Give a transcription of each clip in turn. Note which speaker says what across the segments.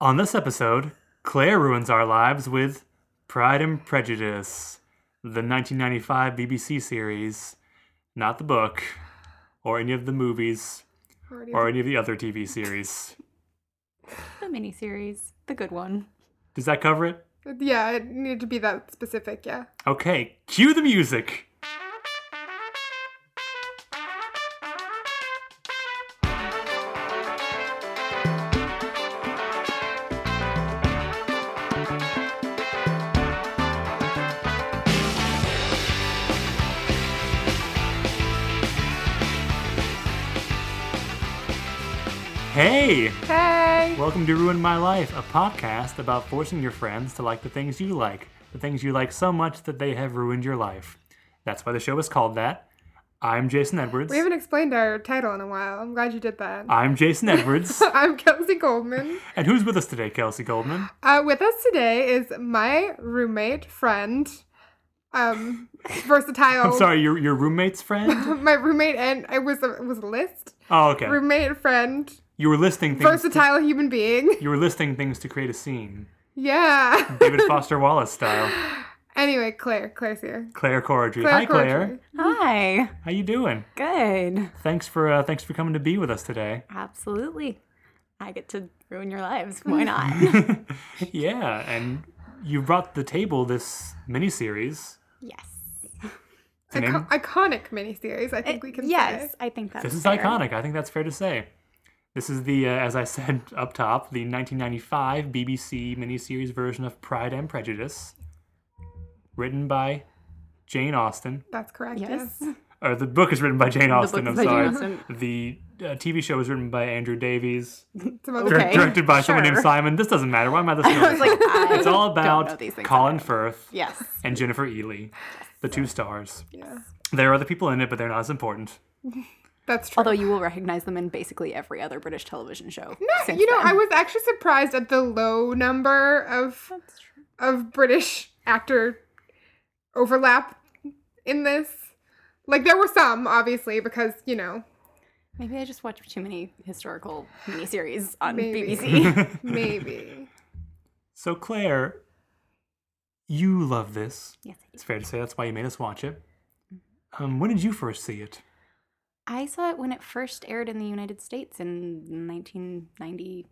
Speaker 1: On this episode, Claire ruins our lives with Pride and Prejudice, the 1995 BBC series, not the book, or any of the movies,
Speaker 2: Already
Speaker 1: or any of the other TV series.
Speaker 3: The miniseries, the good one.
Speaker 1: Does that cover it?
Speaker 2: Yeah, it needed to be that specific. Yeah.
Speaker 1: Okay, cue the music. Hey!
Speaker 2: Hey.
Speaker 1: Welcome to Ruin My Life, a podcast about forcing your friends to like the things you like, the things you like so much that they have ruined your life. That's why the show is called that. I'm Jason Edwards.
Speaker 2: We haven't explained our title in a while. I'm glad you did that.
Speaker 1: I'm Jason Edwards.
Speaker 2: I'm Kelsey Goldman.
Speaker 1: and who's with us today, Kelsey Goldman?
Speaker 2: Uh, with us today is my roommate friend, um,
Speaker 1: I'm
Speaker 2: versatile.
Speaker 1: sorry, your, your roommate's friend?
Speaker 2: My roommate and I was a, it was a list.
Speaker 1: Oh, okay.
Speaker 2: Roommate friend,
Speaker 1: You were listing things.
Speaker 2: versatile human being.
Speaker 1: You were listing things to create a scene.
Speaker 2: Yeah.
Speaker 1: David Foster Wallace style.
Speaker 2: anyway, Claire. Claire's here.
Speaker 1: Claire Corridry.
Speaker 2: Claire
Speaker 1: Hi,
Speaker 2: Cordray.
Speaker 1: Claire.
Speaker 3: Hi.
Speaker 1: How you doing?
Speaker 3: Mm-hmm. Good.
Speaker 1: Thanks for uh, thanks for coming to be with us today.
Speaker 3: Absolutely. I get to ruin your lives. Why not?
Speaker 1: Yeah, and you brought the table this miniseries.
Speaker 3: yes.
Speaker 1: The name-
Speaker 2: Icon- iconic miniseries. I think we can.
Speaker 3: yes,
Speaker 2: say.
Speaker 3: I think that's
Speaker 1: This is
Speaker 3: fair.
Speaker 1: iconic. I think that's fair to say. This is the, uh, as I said up top, the 1995 BBC miniseries version of Pride and Prejudice, written by Jane Austen.
Speaker 2: That's correct.
Speaker 3: Yes.
Speaker 2: Yes.
Speaker 1: Or the book is written by Jane Austen.
Speaker 3: book
Speaker 1: I'm
Speaker 3: is by
Speaker 1: sorry.
Speaker 3: Jane Austen.
Speaker 1: The uh, TV show is written by Andrew Davies,
Speaker 2: Some other
Speaker 1: dir-
Speaker 3: Okay.
Speaker 1: directed by someone named
Speaker 3: Sure.
Speaker 1: Simon. This doesn't matter. Why am I listening?
Speaker 3: I was like, I
Speaker 1: it's all
Speaker 3: know
Speaker 1: about
Speaker 3: these things
Speaker 1: Colin
Speaker 3: about
Speaker 1: Firth
Speaker 3: Yes.
Speaker 1: and Jennifer Ely, the two stars.
Speaker 2: Yeah.
Speaker 1: There are other people in it, but they're not as important.
Speaker 2: That's true.
Speaker 3: Although you will recognize them in basically every other British television show.
Speaker 2: Yeah, you know, I was actually surprised at the low number of
Speaker 3: That's true.
Speaker 2: of British actor overlap in this. Like there were some, obviously, because you know
Speaker 3: Maybe I just watch too many historical miniseries on
Speaker 2: Maybe.
Speaker 3: BBC.
Speaker 2: maybe.
Speaker 1: So, Claire, you love this.
Speaker 3: yes, I
Speaker 1: It's fair to say that's why you made us watch it. Um, when did you first see it?
Speaker 3: I saw it when it first aired in the United States in 1990. It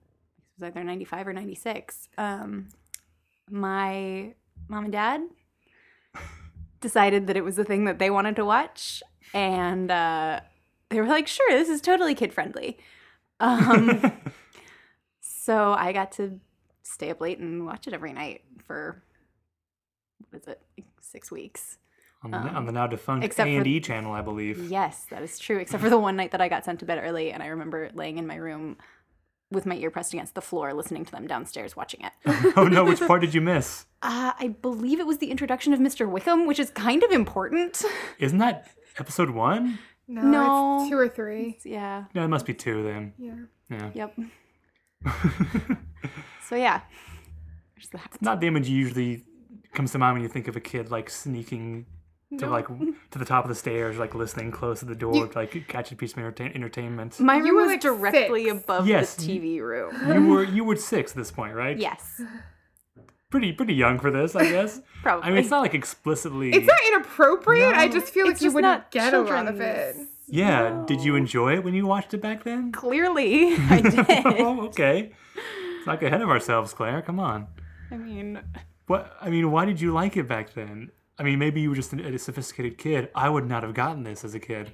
Speaker 3: was either 95 or 96. Um, my mom and dad decided that it was the thing that they wanted to watch, and uh, they were like, "Sure, this is totally kid friendly." Um, so I got to stay up late and watch it every night for what is it, like six weeks?
Speaker 1: On the, on the now defunct A
Speaker 3: except for-
Speaker 1: and E channel, I believe.
Speaker 3: Yes, that is true. Except for the one night that I got sent to bed early, and I remember laying in my room with my ear pressed against the floor, listening to them downstairs watching it.
Speaker 1: oh no, which part did you miss?
Speaker 3: Uh, I believe it was the introduction of Mr. Wickham, which is kind of important.
Speaker 1: Isn't that episode one?
Speaker 2: No,
Speaker 3: No.
Speaker 2: it's two or three.
Speaker 3: yeah.
Speaker 1: No, it must be two then.
Speaker 2: Yeah,
Speaker 1: Yeah.
Speaker 3: Yep. so yeah, there's that.
Speaker 1: Not the image you usually comes to mind when you think of a kid like sneaking to
Speaker 2: No.
Speaker 1: like w- to the top of the stairs, like listening close to the door
Speaker 2: You-
Speaker 1: to like catch a piece of entertain- entertainment.
Speaker 3: My
Speaker 2: You
Speaker 3: room
Speaker 2: were,
Speaker 3: was
Speaker 2: like,
Speaker 3: directly
Speaker 2: six.
Speaker 3: above
Speaker 1: Yes,
Speaker 3: the
Speaker 1: you-
Speaker 3: TV room.
Speaker 1: you were you were six at this point, right?
Speaker 3: Yes,
Speaker 1: Pretty pretty young for this, I guess.
Speaker 3: probably.
Speaker 1: I mean, it's not like explicitly.
Speaker 2: it's not inappropriate. I
Speaker 1: No.
Speaker 2: just feel like
Speaker 3: It's
Speaker 2: you
Speaker 3: just
Speaker 2: wouldn't
Speaker 3: not
Speaker 2: get a lot of it.
Speaker 3: children's.
Speaker 1: Yeah. Did you
Speaker 3: No.
Speaker 1: enjoy it when you watched it back then?
Speaker 3: Clearly, I did.
Speaker 1: oh, okay. Let's not get ahead of ourselves, Claire. Come on.
Speaker 3: I mean,
Speaker 1: What? I mean, why did you like it back then? I mean, maybe you were just an, a sophisticated kid. I would not have gotten this as a kid.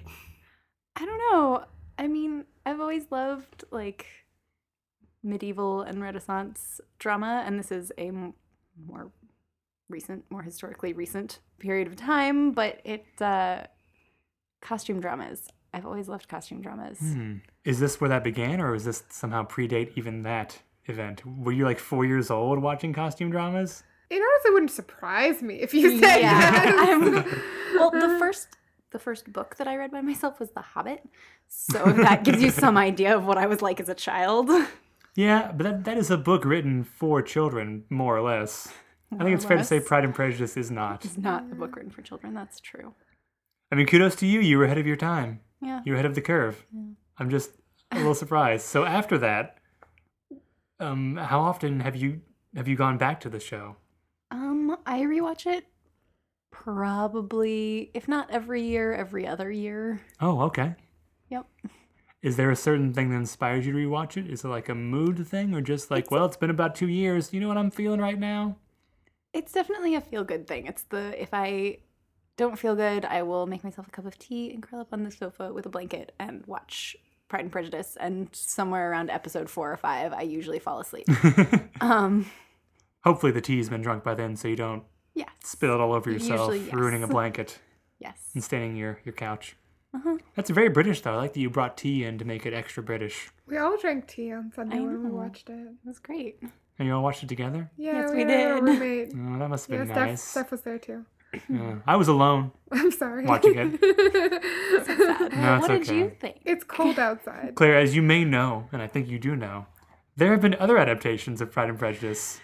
Speaker 3: I don't know. I mean, I've always loved like medieval and Renaissance drama, and this is a m- more recent, more historically recent period of time. But it uh, costume dramas. I've always loved costume dramas.
Speaker 1: Hmm. Is this where that began, or is this somehow predate even that event? Were you like four years old watching costume dramas?
Speaker 2: It honestly wouldn't surprise me if you said yes.
Speaker 3: I'm- well, the first the first book that I read by myself was The Hobbit, so if that gives you some idea of what I was like as a child.
Speaker 1: Yeah, but that, that is a book written for children, more or less. I think it's fair to say Pride and Prejudice is not.
Speaker 3: It's not a book written for children. That's true.
Speaker 1: I mean, kudos to you. You were ahead of your time.
Speaker 3: Yeah.
Speaker 1: You're ahead of the curve. I'm just a little surprised. So after that, Um, how often have you have you gone back to the show?
Speaker 3: Um, I rewatch it probably, if not every year, every other year.
Speaker 1: Oh, okay.
Speaker 3: Yep.
Speaker 1: Is there a certain thing that inspires you to rewatch it? Is it like a mood thing, or just like, well, it's been about two years. You know what I'm feeling right now?
Speaker 3: It's definitely a feel good thing. It's the if I don't feel good, I will make myself a cup of tea and curl up on the sofa with a blanket and watch Pride and Prejudice. And somewhere around episode four or five, I usually fall asleep. um,
Speaker 1: Hopefully, the tea's been drunk by then, so you don't
Speaker 3: yeah.
Speaker 1: spill it all over yourself,
Speaker 3: Usually, yes.
Speaker 1: ruining a blanket
Speaker 3: Yes.
Speaker 1: and staining your your couch.
Speaker 3: Uh-huh.
Speaker 1: That's very British, though. I like that you brought tea in to make it extra British.
Speaker 2: We all drank tea on Sunday
Speaker 3: I
Speaker 2: when we
Speaker 3: know.
Speaker 2: watched it.
Speaker 3: That's great.
Speaker 1: And you all watched it together?
Speaker 2: Yeah,
Speaker 3: Yes,
Speaker 2: we,
Speaker 3: we
Speaker 2: had a
Speaker 3: did.
Speaker 2: roommate.
Speaker 1: Oh, that must have
Speaker 2: yeah,
Speaker 1: been
Speaker 2: Steph,
Speaker 1: nice.
Speaker 2: Steph was there too.
Speaker 1: Yeah. I was alone.
Speaker 2: I'm sorry.
Speaker 1: Watching
Speaker 2: it.
Speaker 1: No, it's
Speaker 3: what did you
Speaker 1: okay.
Speaker 3: think?
Speaker 2: it's cold outside.
Speaker 1: Claire, as you may know, and I think you do know, there have been other adaptations of Pride and Prejudice.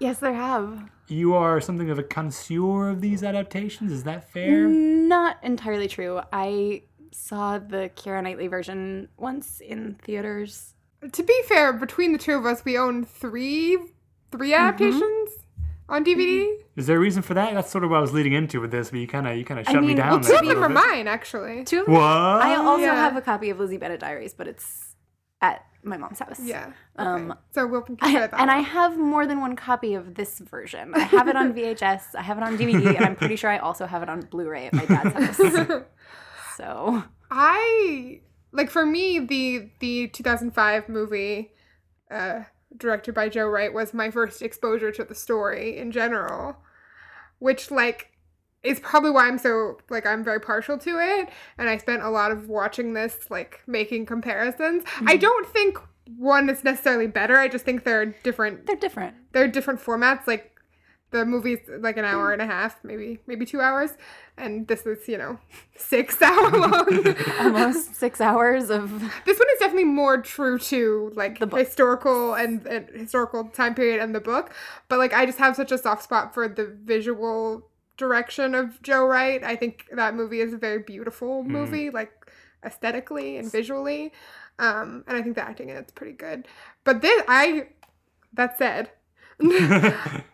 Speaker 3: Yes, there have.
Speaker 1: You are something of a connoisseur of these adaptations. Is that fair?
Speaker 3: Mm. Not entirely true. I saw the Kira Knightley version once in theaters.
Speaker 2: To be fair, between the two of us, we own three three
Speaker 3: Mm-hmm.
Speaker 2: adaptations on DVD.
Speaker 1: Is there a reason for that? That's sort of what I was leading into with this, but you kind of you kind of shut me
Speaker 3: mean,
Speaker 1: down.
Speaker 3: well,
Speaker 1: there
Speaker 2: Two
Speaker 1: a
Speaker 2: of them
Speaker 1: little
Speaker 2: are
Speaker 1: bit.
Speaker 2: mine, actually.
Speaker 3: Two of them.
Speaker 1: What?
Speaker 3: I also
Speaker 2: Yeah.
Speaker 3: have a copy of Lizzie Bennet Diaries, but it's at my mom's house.
Speaker 2: Yeah. Okay.
Speaker 3: Um,
Speaker 2: so we'll consider
Speaker 3: I-
Speaker 2: that.
Speaker 3: and I have more than one copy of this version. I have it on VHS, I have it on DVD, and I'm pretty sure I also have it on Blu-ray at my dad's house.
Speaker 2: one.
Speaker 3: So
Speaker 2: I like for me the the 2005 movie uh directed by Joe Wright was my first exposure to the story in general which like is probably why I'm so like I'm very partial to it and I spent a lot of watching this like making comparisons. I don't think one is necessarily better. I just think they're different
Speaker 3: they're different.
Speaker 2: they're different formats like the movie's like an hour and a half, maybe maybe 2 hours and this is, you know, 6 hour long.
Speaker 3: Almost six hours of
Speaker 2: This one is definitely more true to like
Speaker 3: The book.
Speaker 2: historical and, and historical time period and the book, but like I just have such a soft spot for the visual direction of Joe Wright. I think that movie is a very beautiful
Speaker 3: Mm.
Speaker 2: movie, like aesthetically and visually, um, and I think the acting in it's pretty good. But this, I that said,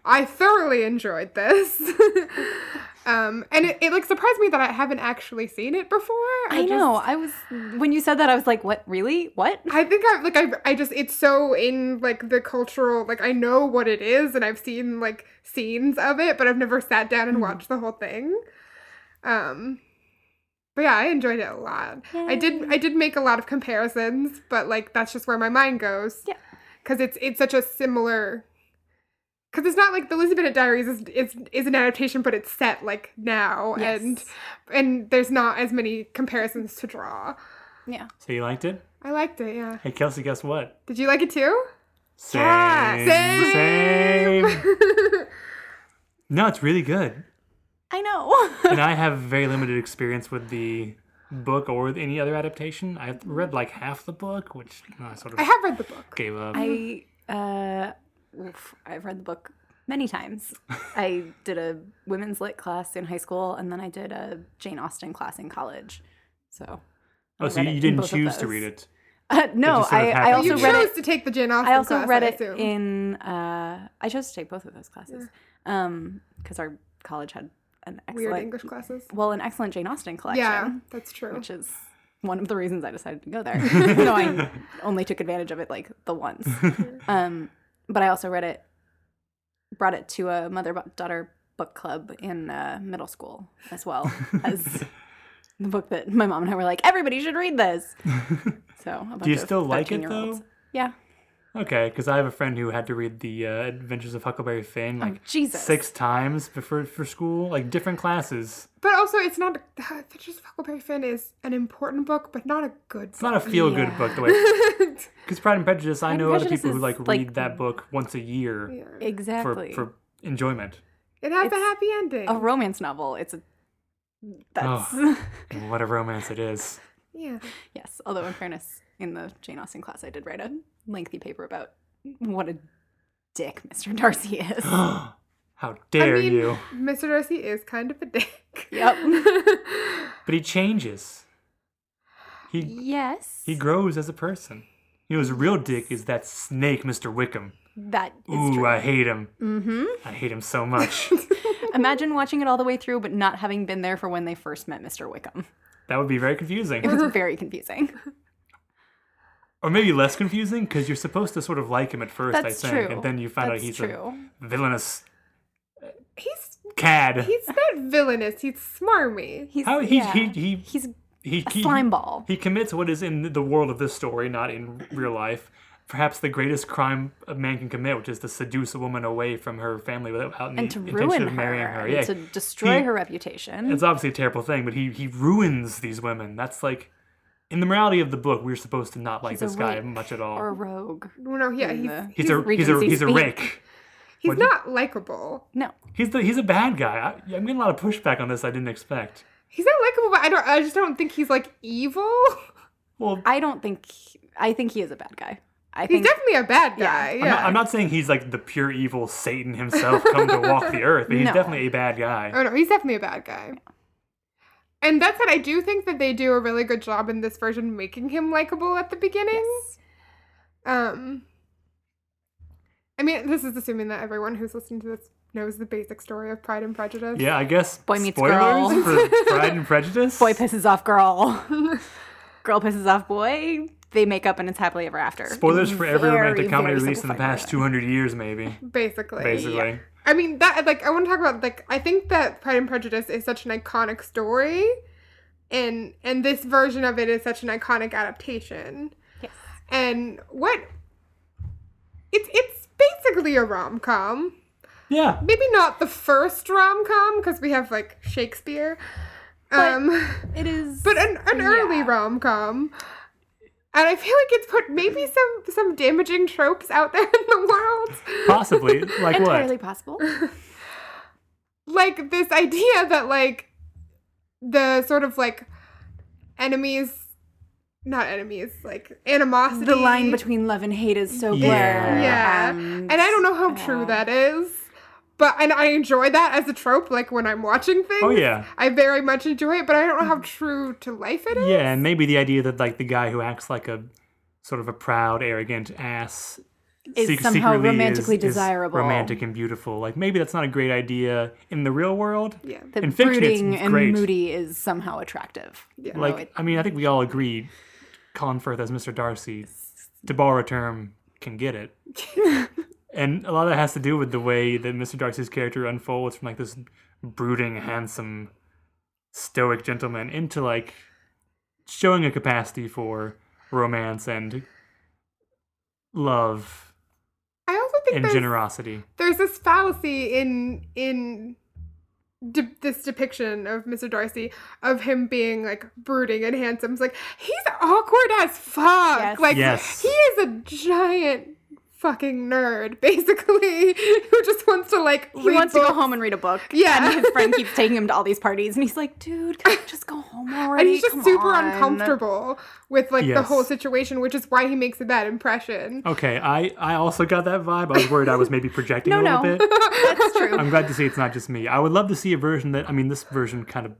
Speaker 2: I thoroughly enjoyed this. Um, and it, it like surprised me that I haven't actually seen it before.
Speaker 3: I,
Speaker 2: just-
Speaker 3: know. I was when you said that, I was like, "What? Really? What?"
Speaker 2: I think I like I I just it's so in like the cultural like I know what it is and I've seen like scenes of it but I've never sat down
Speaker 3: Mm-hmm.
Speaker 2: and watched the whole thing. Um but yeah, I enjoyed it a lot. I did I did make a lot of comparisons, but like that's just where my mind goes.
Speaker 3: Yeah.
Speaker 2: Cuz it's it's such a similar cuz it's not like the Elizabeth Diaries is is is an adaptation but it's set like now and
Speaker 3: Yes.
Speaker 2: and there's not as many comparisons to draw.
Speaker 3: Yeah.
Speaker 1: So you liked it?
Speaker 2: I liked it, yeah.
Speaker 1: Hey, Kelsey, guess what?
Speaker 2: Did you like it too?
Speaker 1: Same.
Speaker 2: Yeah,
Speaker 1: same. No, it's really good.
Speaker 3: I know.
Speaker 1: and I have very limited experience with the book or with any other adaptation. I read like half the book, which I sort of
Speaker 2: I have read the book.
Speaker 1: gave up.
Speaker 3: I
Speaker 2: Mm.
Speaker 3: uh, oof, I've read the book many times. I did a women's lit class in high school, and then I did a Jane Austen class in college. So. I
Speaker 1: oh, so
Speaker 3: read
Speaker 1: you,
Speaker 3: it in
Speaker 1: didn't
Speaker 3: both of
Speaker 1: choose to
Speaker 3: those.
Speaker 1: read it.
Speaker 3: Uh, no,
Speaker 1: just sort of
Speaker 3: I, I
Speaker 1: happened.
Speaker 2: You
Speaker 3: also
Speaker 2: chose
Speaker 3: read it.
Speaker 2: to take the Jane Austen.
Speaker 3: I also
Speaker 2: class,
Speaker 3: read
Speaker 2: I
Speaker 3: it
Speaker 2: assume.
Speaker 3: in. Uh, I chose to take both of those classes, um, because our college had an
Speaker 2: weird
Speaker 3: excellent,
Speaker 2: English classes.
Speaker 3: well, an excellent Jane Austen collection.
Speaker 2: Yeah, that's true.
Speaker 3: which is one of the reasons I decided to go there. no, I only took advantage of it like the once. Um, but I also read it, brought it to a mother daughter book club in uh, middle school as well as the book that my mom and I were like, everybody should read this. So, a bunch
Speaker 1: you
Speaker 3: of
Speaker 1: still like it,
Speaker 3: 13-year-olds.
Speaker 1: though?
Speaker 3: Yeah.
Speaker 1: Okay, because I have a friend who had to read the uh, Adventures of Huckleberry Finn like
Speaker 3: Oh, Jesus.
Speaker 1: Hmm. six times before for school, like different classes.
Speaker 2: But also, it's not. Adventures of Huckleberry Finn is an important book, but not a good
Speaker 1: It's
Speaker 2: book.
Speaker 1: not a feel good
Speaker 3: Yeah.
Speaker 1: book the way. Because Pride and Prejudice, I
Speaker 3: and
Speaker 1: know other
Speaker 3: Prejudice
Speaker 1: people who
Speaker 3: is,
Speaker 1: like read
Speaker 3: like,
Speaker 1: that book once a year
Speaker 2: Yeah.
Speaker 3: Exactly.
Speaker 1: for for enjoyment.
Speaker 2: It has a
Speaker 3: It's
Speaker 2: happy ending.
Speaker 3: a romance novel. It's a. That's.
Speaker 1: What a romance it is.
Speaker 2: yeah.
Speaker 3: Yes, although in fairness, in the Jane Austen class, I did write a lengthy paper about what a dick Mr. Darcy is.
Speaker 1: How dare
Speaker 2: I mean,
Speaker 1: you?
Speaker 2: Mr. Darcy is kind of a dick.
Speaker 3: yep.
Speaker 1: But he changes. He
Speaker 3: Yes.
Speaker 1: he grows as a person. You know, his real dick is that snake, Mr. Wickham.
Speaker 3: That is
Speaker 1: Ooh,
Speaker 3: true.
Speaker 1: I hate him.
Speaker 3: mm-hmm.
Speaker 1: I hate him so much.
Speaker 3: Imagine watching it all the way through, but not having been there for when they first met Mr. Wickham.
Speaker 1: that would be very
Speaker 3: It
Speaker 1: confusing.
Speaker 3: was very confusing.
Speaker 1: or maybe less confusing because you're supposed to sort of like him at first,
Speaker 3: That's
Speaker 1: I
Speaker 3: true.
Speaker 1: think. And then you find
Speaker 3: That's
Speaker 1: out he's
Speaker 3: true.
Speaker 1: a villainous
Speaker 2: He's
Speaker 1: cad.
Speaker 2: he's not villainous. He's smarmy.
Speaker 3: He's,
Speaker 1: How he,
Speaker 3: yeah.
Speaker 1: he, he,
Speaker 3: he's
Speaker 1: he,
Speaker 3: a
Speaker 1: he,
Speaker 3: slime ball.
Speaker 1: he commits what is in the world of this story, not in real life. Perhaps the greatest crime a man can commit, which is to seduce a woman away from her family without any
Speaker 3: and to
Speaker 1: intention
Speaker 3: ruin
Speaker 1: of marrying her.
Speaker 3: her,
Speaker 1: Yeah,
Speaker 3: and to destroy
Speaker 1: He-
Speaker 3: her reputation.
Speaker 1: it's obviously a terrible thing, but he he ruins these women. That's like in the morality of the book, we're supposed to not like
Speaker 3: He's a
Speaker 1: this guy
Speaker 3: rake
Speaker 1: much at all.
Speaker 3: or a rogue.
Speaker 2: No, yeah,
Speaker 3: In
Speaker 2: he's
Speaker 3: the-
Speaker 1: he's, a
Speaker 3: Regency
Speaker 1: he's a he's a
Speaker 3: speak.
Speaker 1: rake.
Speaker 2: he's
Speaker 1: what do you-
Speaker 2: not likable.
Speaker 3: No,
Speaker 1: He's the he's a bad guy. I, I'm getting a lot of pushback on this. I didn't expect.
Speaker 2: He's not likable, but I don't. I just don't think he's like evil.
Speaker 1: Well,
Speaker 3: I don't think. I think he is a bad guy. I
Speaker 2: He's
Speaker 3: think
Speaker 2: definitely a bad
Speaker 3: Yeah.
Speaker 2: guy. Yeah.
Speaker 1: I'm, not, I'm not saying he's like the pure evil Satan himself come to walk the earth, but he's
Speaker 3: No.
Speaker 1: definitely a bad guy.
Speaker 2: Oh no, he's definitely a bad guy. And that said, I do think that they do a really good job in this version making him likable at the beginning.
Speaker 3: Yes.
Speaker 2: Um I mean, this is assuming that everyone who's listening to this knows the basic story of Pride and Prejudice.
Speaker 1: Yeah, I guess
Speaker 3: Boy meets
Speaker 1: spoilers
Speaker 3: girl.
Speaker 1: for Pride and Prejudice.
Speaker 3: boy pisses off girl, girl pisses off boy. They make up and it's happily ever after.
Speaker 1: spoilers for every
Speaker 3: Very,
Speaker 1: romantic comedy
Speaker 3: very
Speaker 1: released in the
Speaker 3: simplified
Speaker 1: past
Speaker 3: version.
Speaker 1: 200 years, maybe.
Speaker 2: Basically.
Speaker 1: Basically,
Speaker 2: I mean that like I want to talk about like I think that Pride and Prejudice is such an iconic story and and this version of it is such an iconic adaptation.
Speaker 3: Yes.
Speaker 2: And what it's it's basically a rom-com.
Speaker 1: yeah.
Speaker 2: maybe not the first rom com because we have like Shakespeare,
Speaker 3: But-
Speaker 2: um,
Speaker 3: It is.
Speaker 2: but an, an early
Speaker 3: Yeah.
Speaker 2: rom com, and I feel like it's put maybe some some damaging tropes out there in the world,
Speaker 1: Possibly, like what?
Speaker 3: entirely possible.
Speaker 2: like this idea that like the sort of like enemies. Not enemies, like animosity.
Speaker 3: the line between love and hate is so blurred.
Speaker 1: Yeah.
Speaker 2: Yeah.
Speaker 3: and-
Speaker 2: and I don't know how
Speaker 3: yeah.
Speaker 2: true that is, but and I enjoy that as a trope. Like when I'm watching things,
Speaker 1: Oh yeah,
Speaker 2: I very much enjoy it, but I don't know how
Speaker 3: Mm.
Speaker 2: true to life it is.
Speaker 1: yeah, and maybe the idea that like the guy who acts like a sort of a proud, arrogant ass
Speaker 3: Is
Speaker 1: sec-
Speaker 3: somehow
Speaker 1: secretly
Speaker 3: romantically
Speaker 1: is- is
Speaker 3: desirable.
Speaker 1: romantic and beautiful. Like maybe that's not a great idea in the real world.
Speaker 2: Yeah.
Speaker 3: That
Speaker 1: In fiction, it's
Speaker 3: brooding and
Speaker 1: great.
Speaker 3: moody is somehow attractive.
Speaker 2: Yeah.
Speaker 1: Like
Speaker 3: it-
Speaker 1: I mean, I think we all agree, Colin Firth as Mr. Darcy, to borrow a term, can get it. And a lot of that has to do with the way that Mr. Darcy's character unfolds from like this brooding, handsome, stoic gentleman into like showing a capacity for romance and love
Speaker 2: I also think
Speaker 1: and
Speaker 2: there's,
Speaker 1: generosity.
Speaker 2: there's this fallacy in in de- this depiction of Mr. Darcy of him being like brooding and handsome. It's like he's awkward as fuck.
Speaker 3: Yes.
Speaker 2: Like
Speaker 1: Yes.
Speaker 2: he is a giant fucking nerd basically who just wants to like
Speaker 3: He wants to go home and read a book.
Speaker 2: Yeah.
Speaker 3: And his friend keeps taking him to all these parties. And he's like, dude, can I just go home already?
Speaker 2: and he's just
Speaker 3: Come
Speaker 2: super
Speaker 3: on."
Speaker 2: uncomfortable with like the
Speaker 1: Yes.
Speaker 2: whole situation, which is why he makes a bad impression.
Speaker 1: Okay, I I also got that vibe. I was worried I was maybe projecting a
Speaker 3: No,
Speaker 1: little
Speaker 3: no.
Speaker 1: bit.
Speaker 3: That's true.
Speaker 1: I'm glad to see it's not just me. I would love to see a version that I mean, this version kind of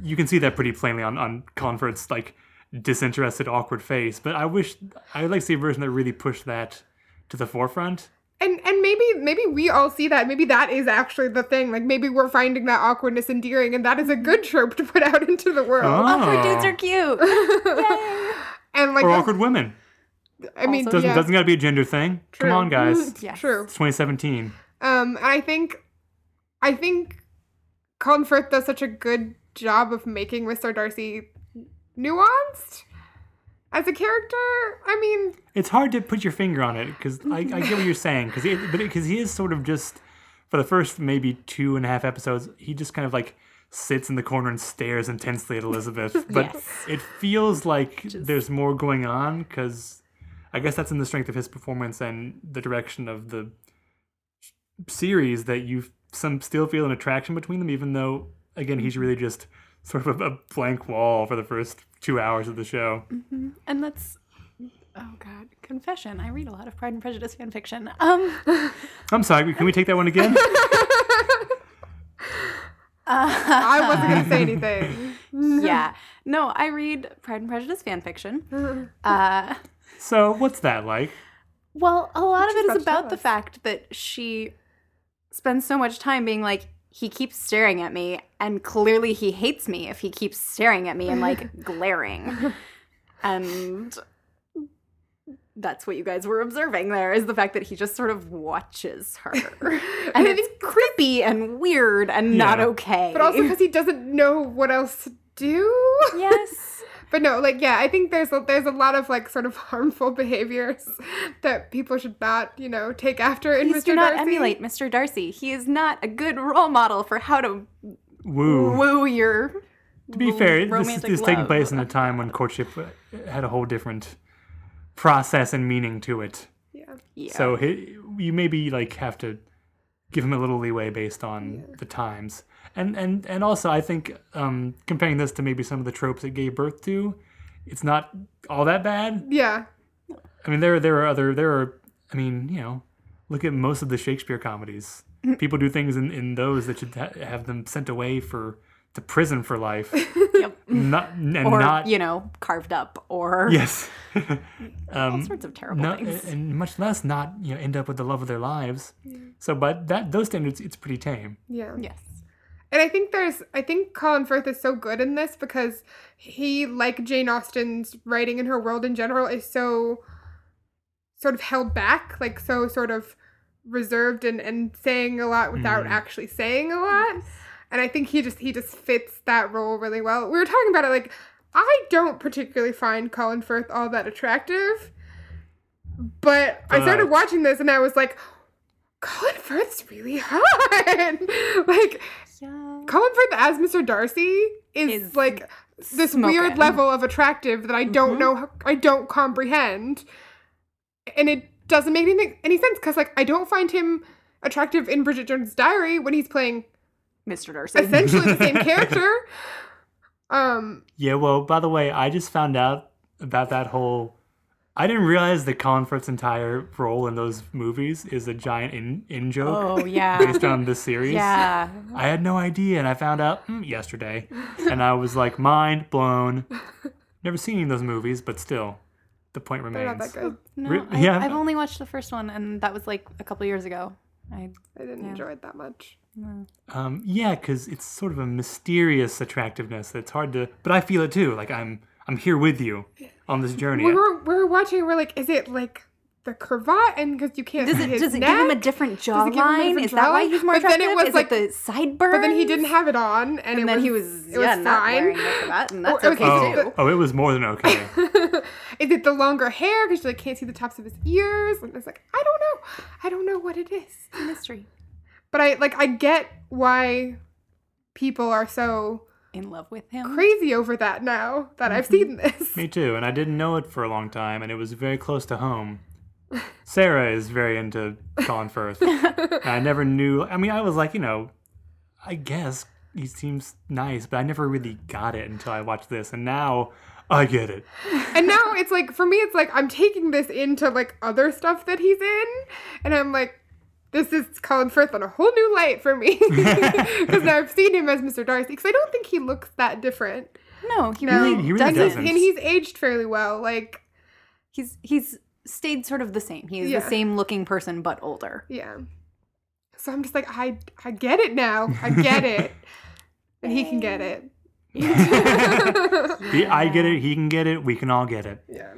Speaker 1: you can see that pretty plainly on on Convert's like disinterested, awkward face. But I wish I would like to see a version that really pushed that to the forefront.
Speaker 2: And and maybe maybe we all see that. Maybe that is actually the thing. Like maybe we're finding that awkwardness endearing, and that is a good trope to put out into the world.
Speaker 3: Awkward dudes
Speaker 1: Oh.
Speaker 3: are cute.
Speaker 2: And like
Speaker 1: Or awkward women.
Speaker 2: I mean,
Speaker 3: Also-
Speaker 1: Doesn't
Speaker 2: yeah,
Speaker 1: doesn't gotta be a gender thing.
Speaker 2: True.
Speaker 1: Come on, guys.
Speaker 2: Mm,
Speaker 3: Yes.
Speaker 2: True.
Speaker 1: It's 2017.
Speaker 2: Um, and I think, I think, Colin Firth does such a good job of making Mr. Darcy nuanced as a character. I mean,
Speaker 1: It's hard to put your finger on it because I, I get what you're saying because but because he is sort of just for the first maybe two and a half episodes he just kind of like sits in the corner and stares intensely at Elizabeth but
Speaker 3: Yes.
Speaker 1: it feels like there's more going on because I guess that's in the strength of his performance and the direction of the series that you some still feel an attraction between them even though again he's really just sort of a, a blank wall for the first two hours of the show.
Speaker 3: And that's, oh God, confession. I read a lot of Pride and Prejudice fan fiction. Um,
Speaker 1: I'm sorry, can we take that one again?
Speaker 2: I wasn't gonna say anything.
Speaker 3: yeah. No, I read Pride and Prejudice fan fiction. Uh,
Speaker 1: So what's that like?
Speaker 3: Well, a lot of
Speaker 2: she's
Speaker 3: it
Speaker 2: about
Speaker 3: is
Speaker 2: to tell
Speaker 3: about the
Speaker 2: us.
Speaker 3: fact that she spends so much time being like, he keeps staring at me, and clearly he hates me if he keeps staring at me and like glaring. And that's what you guys were observing there is the fact that he just sort of watches her. and it's creepy and weird and not
Speaker 1: Yeah.
Speaker 3: okay.
Speaker 2: But also because he doesn't know what else to do.
Speaker 3: yes.
Speaker 2: But no, like yeah, I think there's a, there's a lot of like sort of harmful behaviors that people should not, you know, take after in
Speaker 3: Please
Speaker 2: Mr.
Speaker 3: do not
Speaker 2: Darcy.
Speaker 3: emulate Mr. Darcy. He is not a good role model for how to
Speaker 1: Woo.
Speaker 3: woo your.
Speaker 1: to be fair, this is,
Speaker 3: romantic
Speaker 1: is taking
Speaker 3: love.
Speaker 1: place in a time when courtship uh, had a whole different process and meaning to it.
Speaker 2: Yeah.
Speaker 3: Yeah.
Speaker 1: So he, you maybe like have to give him a little leeway based on the times. And and and also I think um, comparing this to maybe some of the tropes it gave birth to, it's not all that bad.
Speaker 2: Yeah.
Speaker 1: I mean there there are other there are I mean, you know, look at most of the Shakespeare comedies.
Speaker 3: Mm-hmm.
Speaker 1: People do things in, in those that should ha- have them sent away for to prison for life.
Speaker 3: Yep.
Speaker 1: Not and
Speaker 3: or
Speaker 1: not
Speaker 3: you know carved up or
Speaker 1: yes.
Speaker 2: um,
Speaker 1: Um,
Speaker 3: all sorts of terrible
Speaker 1: No,
Speaker 3: things
Speaker 1: a- and much less not you know end up with the love of their lives. So, but that those standards, it's pretty tame.
Speaker 2: Yeah.
Speaker 3: yes
Speaker 2: And I think there's I think Colin Firth is so good in this because he like Jane Austen's writing and her world in general is so sort of held back, like so sort of reserved and, and saying a lot without actually saying a lot. And I think he just he just fits that role really well. We were talking about it like I don't particularly find Colin Firth all that attractive. But I started
Speaker 1: But-
Speaker 2: watching this and I was like, Colin Firth's really hot. like
Speaker 3: yeah
Speaker 2: Colin Firth as Mr. Darcy is,
Speaker 3: Is
Speaker 2: like this weird
Speaker 3: smoking. Mm-hmm.
Speaker 2: level of attractive that I don't know, I don't comprehend, and it doesn't make anything any sense because like I don't find him attractive in Bridget Jones' Diary when he's playing
Speaker 3: mr darcy
Speaker 2: essentially the same character. Um,
Speaker 1: Yeah. Well, by the way, I just found out about that whole. I didn't realize that Colin Firth's entire role in those movies is a giant in in joke
Speaker 3: oh yeah
Speaker 1: based on this series.
Speaker 3: yeah
Speaker 1: I had no idea, and I found out mm, yesterday, and I was like mind blown. Never seen those movies, but still, the point
Speaker 2: they're not
Speaker 1: remains.
Speaker 2: that good.
Speaker 3: no
Speaker 1: Re-
Speaker 3: I,
Speaker 1: yeah.
Speaker 3: i've only watched the first one and that was like a couple years ago i
Speaker 2: I didn't enjoy it that much.
Speaker 1: Um, yeah, because it's sort of a mysterious attractiveness that's hard to. But I feel it too. Like I'm, I'm here with you on this journey.
Speaker 2: We were we were watching. We're like, is it like the cravat? And because you can't
Speaker 3: does
Speaker 2: see
Speaker 3: it
Speaker 2: his
Speaker 3: does it give
Speaker 2: neck?
Speaker 3: him a different
Speaker 2: it give him a
Speaker 3: jawline
Speaker 2: different
Speaker 3: is that why
Speaker 2: jawline?
Speaker 3: he's more
Speaker 2: But then
Speaker 3: attractive
Speaker 2: it was,
Speaker 3: is
Speaker 2: like-
Speaker 3: it the sideburn
Speaker 2: but then he didn't have it on, and, it
Speaker 3: and then
Speaker 2: was,
Speaker 3: he was
Speaker 2: it
Speaker 3: yeah
Speaker 2: was
Speaker 3: not
Speaker 2: fine.
Speaker 3: wearing the cravat and that's
Speaker 2: it was-
Speaker 3: okay
Speaker 2: it's
Speaker 1: oh,
Speaker 3: too
Speaker 1: oh, it was more than okay.
Speaker 2: is it the longer hair because you like can't see the tops of his ears and it's like i don't know i don't know what it is
Speaker 3: mystery
Speaker 2: but i like i get why people are so
Speaker 3: in love with him
Speaker 2: crazy over that now that i've seen
Speaker 3: Mm-hmm.
Speaker 2: this
Speaker 1: Me too. And I didn't know it for a long time, and it was very close to home. Sarah is very into Colin Firth. and I never knew. I mean, I was like, you know, I guess he seems nice, but I never really got it until I watched this, and now I get it.
Speaker 2: and now it's like for me it's like i'm taking this into like other stuff that he's in and i'm like this is Colin Firth on a whole new light for me because now I've seen him as Mr. Darcy because I don't think he looks that different.
Speaker 3: no he
Speaker 2: No.
Speaker 3: really
Speaker 1: He really
Speaker 3: doesn't
Speaker 2: And he's,
Speaker 1: doesn't.
Speaker 2: and he's aged fairly well. Like,
Speaker 3: he's he's stayed sort of the same he is
Speaker 2: Yeah.
Speaker 3: the same looking person but older
Speaker 2: Yeah. So I'm just like, I I get it now. I get it. and he can get it.
Speaker 1: He- I get it. He can get it. We can all get it.
Speaker 2: Yeah.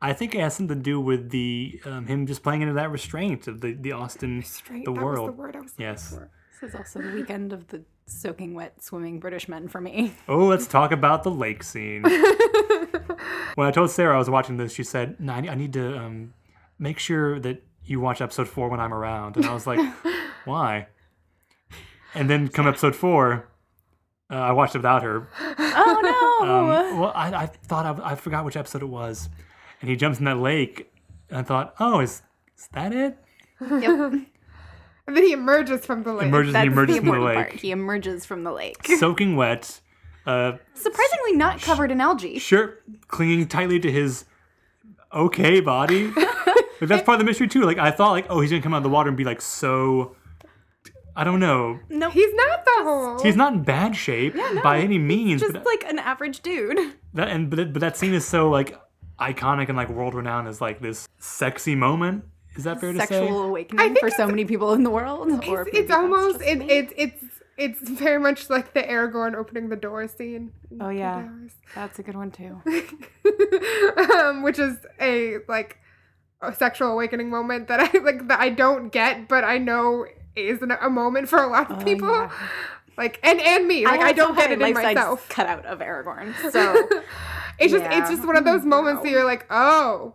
Speaker 1: I think it has something to do with the um, him just playing into that restraint of the the Austin
Speaker 2: Straight.
Speaker 1: the
Speaker 2: that
Speaker 1: world.
Speaker 2: was the word I was
Speaker 1: Yes.
Speaker 2: looking for.
Speaker 3: This is also the weekend of the soaking wet swimming British men for me.
Speaker 1: Oh, let's talk about the lake scene. when I told Sarah I was watching this, she said, "No, I ne- I need to um, make sure that you watch episode four when I'm around." And I was like, "Why?" And then come episode four, uh, I watched it without her.
Speaker 3: Oh no!
Speaker 1: Um, well, I, I thought I, I forgot which episode it was, and he jumps in that lake, and I thought, "Oh, is is that it?"
Speaker 2: And then he emerges from the lake.
Speaker 1: Emerges, he
Speaker 3: That's
Speaker 1: emerges
Speaker 3: the
Speaker 1: from the
Speaker 3: important part.
Speaker 1: lake,
Speaker 3: He emerges from the lake.
Speaker 1: soaking wet. Uh,
Speaker 3: Surprisingly not covered in algae.
Speaker 1: shirt clinging tightly to his okay body. like that's part of the mystery too. Like I thought, like oh, he's gonna come out of the water and be like so. I don't know.
Speaker 3: No, he's
Speaker 2: He's not the whole.
Speaker 1: He's not in bad shape by any means.
Speaker 3: just
Speaker 1: but
Speaker 3: like an average dude.
Speaker 1: that, and but, it- but that scene is so like iconic and like world renowned as like this sexy moment. Is that fair to
Speaker 3: Sexual
Speaker 1: say?
Speaker 2: I
Speaker 3: awakening
Speaker 2: think
Speaker 3: for so many people in the world. or
Speaker 2: It's,
Speaker 3: maybe
Speaker 2: it's
Speaker 3: that's
Speaker 2: almost
Speaker 3: just
Speaker 2: it,
Speaker 3: me.
Speaker 2: it it's it's very much like the Aragorn opening the door scene. in
Speaker 3: Oh,
Speaker 2: Two
Speaker 3: yeah.
Speaker 2: Towers.
Speaker 3: That's a good one too.
Speaker 2: um, which is a like a sexual awakening moment that I like that I don't get, but I know is an, a moment for a lot of
Speaker 3: Oh,
Speaker 2: people.
Speaker 3: yeah.
Speaker 2: Like and and me, like I,
Speaker 3: also
Speaker 2: don't get
Speaker 3: had
Speaker 2: it
Speaker 3: a
Speaker 2: in
Speaker 3: life-size
Speaker 2: myself.
Speaker 3: Cutout of Aragorn. So
Speaker 2: it's just
Speaker 3: yeah. Mm,
Speaker 2: it's just one of those moments that
Speaker 3: Wow.
Speaker 2: you're like, oh.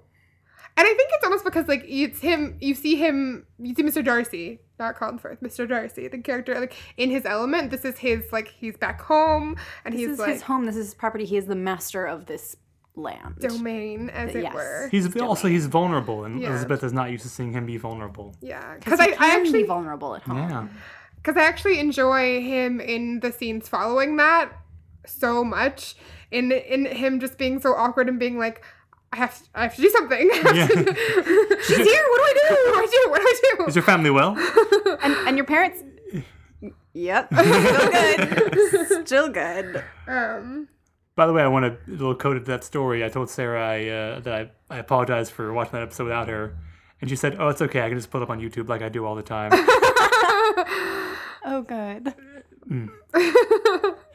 Speaker 2: And I think it's almost because like it's him. You see him. You see Mr. Darcy, not Colin Firth. Mr. Darcy, the character, like in his element. This is his like he's back home, and
Speaker 3: this
Speaker 2: he's
Speaker 3: is
Speaker 2: like
Speaker 3: his home. This is his property. He is the master of this land.
Speaker 2: domain, as it
Speaker 3: Yes.
Speaker 2: were.
Speaker 1: He's also he's vulnerable, and
Speaker 2: Yeah.
Speaker 1: Elizabeth is not used to seeing him be vulnerable.
Speaker 2: Yeah, because
Speaker 3: Because
Speaker 2: I, I
Speaker 3: actually
Speaker 2: actually
Speaker 3: be vulnerable at home.
Speaker 1: Yeah,
Speaker 2: because I actually enjoy him in the scenes following that so much. In in him just being so awkward and being like, I have I have to do something.
Speaker 1: Yeah.
Speaker 2: She's here. What do I do? What do I do? What do I do?
Speaker 1: is your family well?
Speaker 3: And and your parents. Yep. Still good. Still good.
Speaker 2: um,
Speaker 1: By the way, I want a little code to that story. I told Sarah I, uh, that I, I apologized for watching that episode without her, and she said, "Oh, it's okay. I can just pull it up on YouTube like I do all the time."
Speaker 3: Oh, good.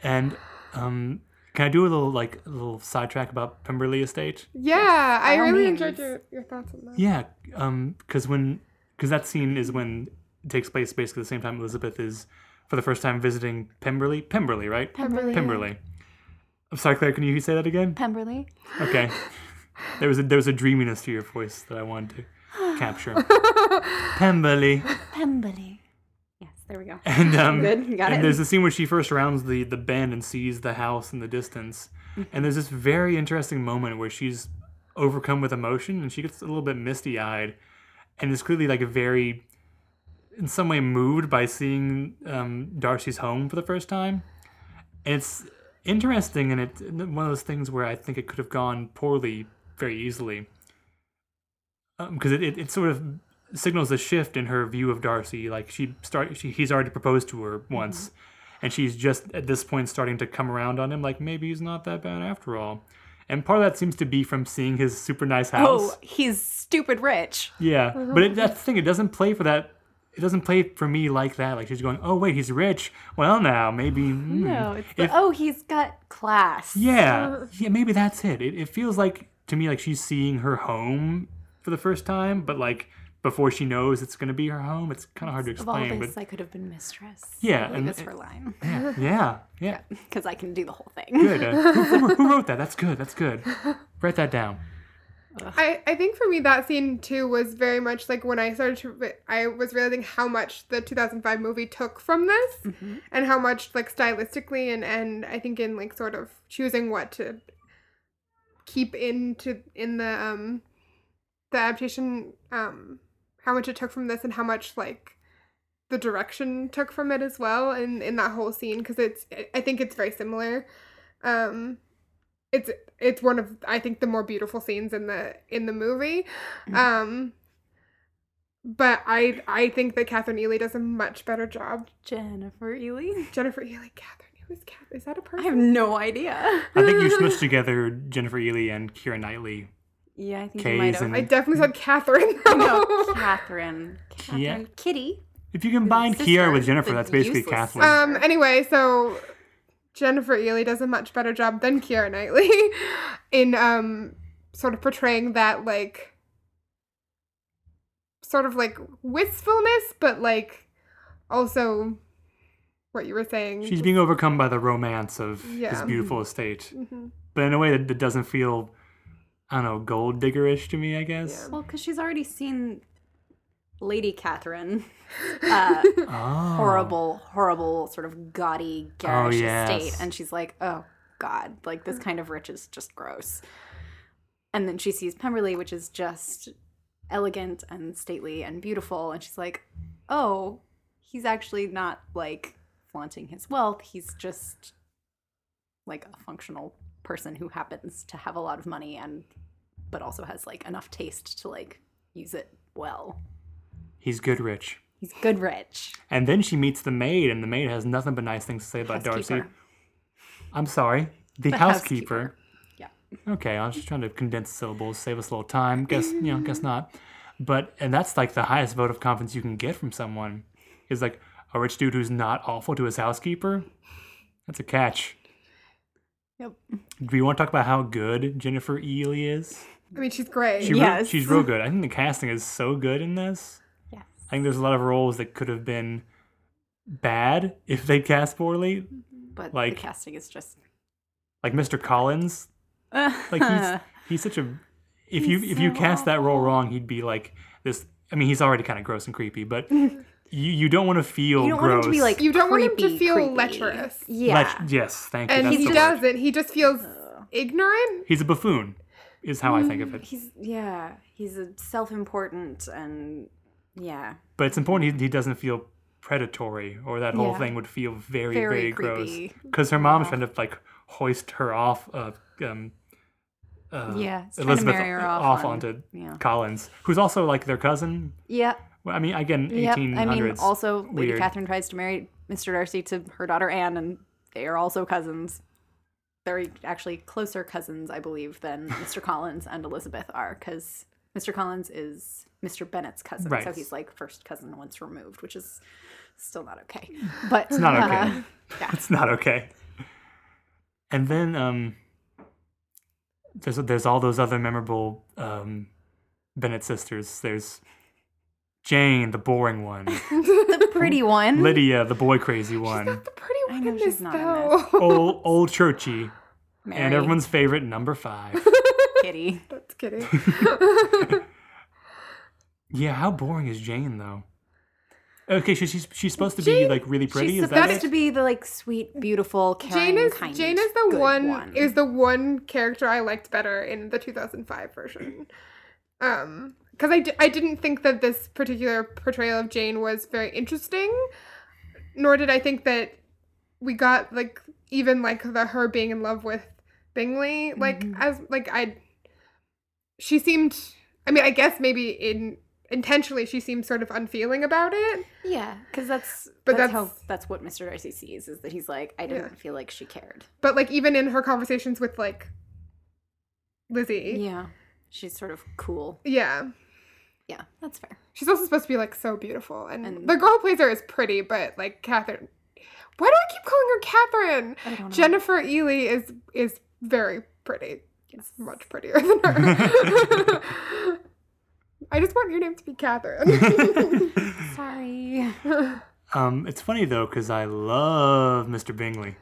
Speaker 1: and um, can I do a little like a little sidetrack about Pemberley Estate?
Speaker 2: yeah, I
Speaker 3: all
Speaker 2: really
Speaker 3: means.
Speaker 2: enjoyed your, your thoughts on that.
Speaker 1: Yeah, um, because when because that scene is when it takes place basically the same time Elizabeth is for the first time visiting Pemberley. Pemberley, right?
Speaker 3: Pemberley.
Speaker 1: Pemberley. I'm sorry, Claire. Can you say that again?
Speaker 3: Pemberley.
Speaker 1: Okay. There was a there was a dreaminess to your voice that I wanted to capture. Pemberley.
Speaker 3: Pemberley. Yes, there we go.
Speaker 1: And um,
Speaker 3: Good, you got
Speaker 1: and
Speaker 3: it.
Speaker 1: there's a scene where she first rounds the the bend and sees the house in the distance. And there's this very interesting moment where she's overcome with emotion and she gets a little bit misty eyed, and is clearly like very, in some way, moved by seeing um, Darcy's home for the first time. And it's interesting, and it's one of those things where I think it could have gone poorly very easily, because it, it it sort of signals a shift in her view of Darcy. Like she start, she, he's already proposed to her once, and she's just at this point starting to come around on him. Like maybe he's not that bad after all. And part of that seems to be from seeing his super nice house.
Speaker 3: Oh, he's stupid rich.
Speaker 1: Yeah, but it, that's the thing. It doesn't play for that. It doesn't play for me like that. Like she's going, oh wait, he's rich. Well now, maybe. mm."
Speaker 3: No, it's
Speaker 1: If-
Speaker 3: the, oh, he's got class. Uh,
Speaker 1: Yeah, yeah, maybe that's it. it. It feels like to me like she's seeing her home for the first time, but like before she knows it's gonna be her home. It's kind of hard to
Speaker 3: Of all
Speaker 1: explain, but
Speaker 3: this, I could have been mistress.
Speaker 1: Yeah,
Speaker 3: I believe
Speaker 1: and-
Speaker 3: it's her line
Speaker 1: yeah, yeah,
Speaker 3: because I can do the whole thing.
Speaker 1: good. Uh, who, who- who wrote that? That's good. That's good. Write that down.
Speaker 2: I, I think for me that scene too was very much like when I started to re- I was realizing how much the 2005 movie took from this and how much like stylistically and and I think in like sort of choosing what to keep into in the um the adaptation um how much it took from this and how much like the direction took from it as well in in that whole scene because it's I- I think it's very similar um it's it's one of I think the more beautiful scenes in the in the movie. Um but I I think that Catherine Ely does a much better job.
Speaker 3: Jennifer Ely.
Speaker 2: Jennifer Ely, Catherine, who is Catherine? Is that a
Speaker 3: I
Speaker 2: person?
Speaker 3: have no idea.
Speaker 1: I think you smushed together Jennifer Ely and Kira Knightley.
Speaker 3: Yeah, I think you might
Speaker 1: K's
Speaker 3: have.
Speaker 1: and
Speaker 2: I definitely said Catherine. though.
Speaker 3: No, Catherine. Catherine. Kitty.
Speaker 1: if you combine
Speaker 3: sister,
Speaker 1: Kira with Jennifer,
Speaker 3: the
Speaker 1: that's basically
Speaker 3: useless
Speaker 1: Kathleen.
Speaker 3: sister.
Speaker 2: um anyway, so Jennifer Ely does a much better job than Keira Knightley in um sort of portraying that like sort of like wistfulness, but like also what you were saying.
Speaker 1: She's being overcome by the romance of this
Speaker 2: Yeah.
Speaker 1: beautiful estate,
Speaker 2: Mhm.
Speaker 1: but in a way that, that doesn't feel, I don't know, gold diggerish to me. I guess.
Speaker 3: Well, because she's already seen Lady Catherine. Uh,
Speaker 1: Oh.
Speaker 3: horrible, horrible, sort of gaudy, garish
Speaker 1: yes.
Speaker 3: estate. And she's like, oh, God, like this kind of rich is just gross. And then she sees Pemberley, which is just elegant and stately and beautiful. And she's like, oh, he's actually not like flaunting his wealth. He's just like a functional person who happens to have a lot of money and, but also has like enough taste to like use it well.
Speaker 1: He's good rich.
Speaker 3: He's good rich.
Speaker 1: And then she meets the maid, and the maid has nothing but nice things to say about Darcy.
Speaker 3: Housekeeper.
Speaker 1: I'm sorry, the,
Speaker 3: The
Speaker 1: housekeeper.
Speaker 3: housekeeper. Yeah.
Speaker 1: Okay, I was just trying to condense syllables, save us a little time. Guess you know, guess not. But and that's like the highest vote of confidence you can get from someone. Is like a rich dude who's not awful to his housekeeper. That's a catch.
Speaker 3: Yep.
Speaker 1: Do you want to talk about how good Jennifer Ely is?
Speaker 2: I mean, she's great.
Speaker 1: She re-
Speaker 3: Yes.
Speaker 1: she's real good. I think the casting is so good in this.
Speaker 3: Yes.
Speaker 1: I think there's a lot of roles that could have been bad if they cast poorly.
Speaker 3: But
Speaker 1: Like-
Speaker 3: the casting is just
Speaker 1: Like Mr. Collins, like he's he's such a if you
Speaker 3: He's
Speaker 1: if you
Speaker 3: so
Speaker 1: cast that role wrong, he'd be like this. I mean, he's already kind of gross and creepy, but you you don't want to feel
Speaker 3: you don't
Speaker 1: gross.
Speaker 3: want him to be like
Speaker 2: You don't want him to
Speaker 3: creepy,
Speaker 2: feel
Speaker 3: creepy.
Speaker 2: lecherous.
Speaker 3: Yeah.
Speaker 1: Like, yes, thank you.
Speaker 2: and
Speaker 1: That's
Speaker 2: he
Speaker 1: the word.
Speaker 2: doesn't. He just feels ignorant.
Speaker 1: He's a buffoon, is how I think of it.
Speaker 3: Mm, He's yeah, he's a self-important and yeah,
Speaker 1: But it's important he, he doesn't feel predatory, or that whole
Speaker 3: Yeah.
Speaker 1: thing would feel very
Speaker 3: Very
Speaker 1: very, gross.
Speaker 3: creepy.
Speaker 1: Because her mom's trying to like hoist her off. Uh, um, uh,
Speaker 3: Yeah, it's trying to
Speaker 1: Elizabeth
Speaker 3: marry her off on-
Speaker 1: onto
Speaker 3: yeah.
Speaker 1: Collins, who's also like their cousin.
Speaker 3: yeah,
Speaker 1: Well, I mean, again,
Speaker 3: yeah.
Speaker 1: eighteen
Speaker 3: I mean,
Speaker 1: hundreds.
Speaker 3: also Lady
Speaker 1: Weird.
Speaker 3: Catherine tries to marry Mr. Darcy to her daughter Anne, and they are also cousins. They're actually closer cousins, I believe, than Mr. Collins and Elizabeth are, because Mr. Collins is Mr. Bennett's cousin,
Speaker 1: Right.
Speaker 3: so he's like first cousin once removed, which is still not okay. But
Speaker 1: It's not okay.
Speaker 3: uh,
Speaker 1: it's not okay. And then um, there's there's all those other memorable um, Bennett sisters. There's Jane, the boring one.
Speaker 3: uh, the pretty one,
Speaker 1: Lydia, the boy crazy one.
Speaker 2: The pretty one
Speaker 3: know
Speaker 2: in
Speaker 3: she's
Speaker 2: this
Speaker 3: not in
Speaker 2: though.
Speaker 1: old old churchy,
Speaker 3: Mary,
Speaker 1: and everyone's favorite number five.
Speaker 3: kitty.
Speaker 2: That's kidding.
Speaker 1: yeah, how boring is Jane though? Okay, she, she's she's supposed to be
Speaker 2: Jane-
Speaker 1: like really pretty.
Speaker 3: She's
Speaker 1: is that
Speaker 3: supposed
Speaker 1: it?
Speaker 3: to be the like sweet, beautiful, caring,
Speaker 2: Jane is
Speaker 3: kind.
Speaker 2: Jane is the
Speaker 3: good
Speaker 2: one, is the one character I liked better in the 2005 version. Um because I, di- I didn't think that this particular portrayal of Jane was very interesting, nor did I think that we got like even like the her being in love with Bingley like as like I she seemed I mean I guess maybe in intentionally she seemed sort of unfeeling about it.
Speaker 3: yeah, because that's
Speaker 2: But that's-
Speaker 3: that's, how that's what Mr. Darcy sees is that he's like I didn't
Speaker 2: Yeah.
Speaker 3: feel like she cared.
Speaker 2: But like even in her conversations with like Lizzie.
Speaker 3: Yeah, she's sort of cool.
Speaker 2: Yeah.
Speaker 3: Yeah, that's fair.
Speaker 2: She's also supposed to be like so beautiful, and,
Speaker 3: And-
Speaker 2: the girl who plays her is pretty, but like Catherine, why do I keep calling her Catherine?
Speaker 3: I don't know.
Speaker 2: Jennifer Ely is is very pretty,
Speaker 3: Yes.
Speaker 2: much prettier than her. I just want your name to be Catherine.
Speaker 3: Sorry.
Speaker 1: Um, it's funny though because I love Mr. Bingley.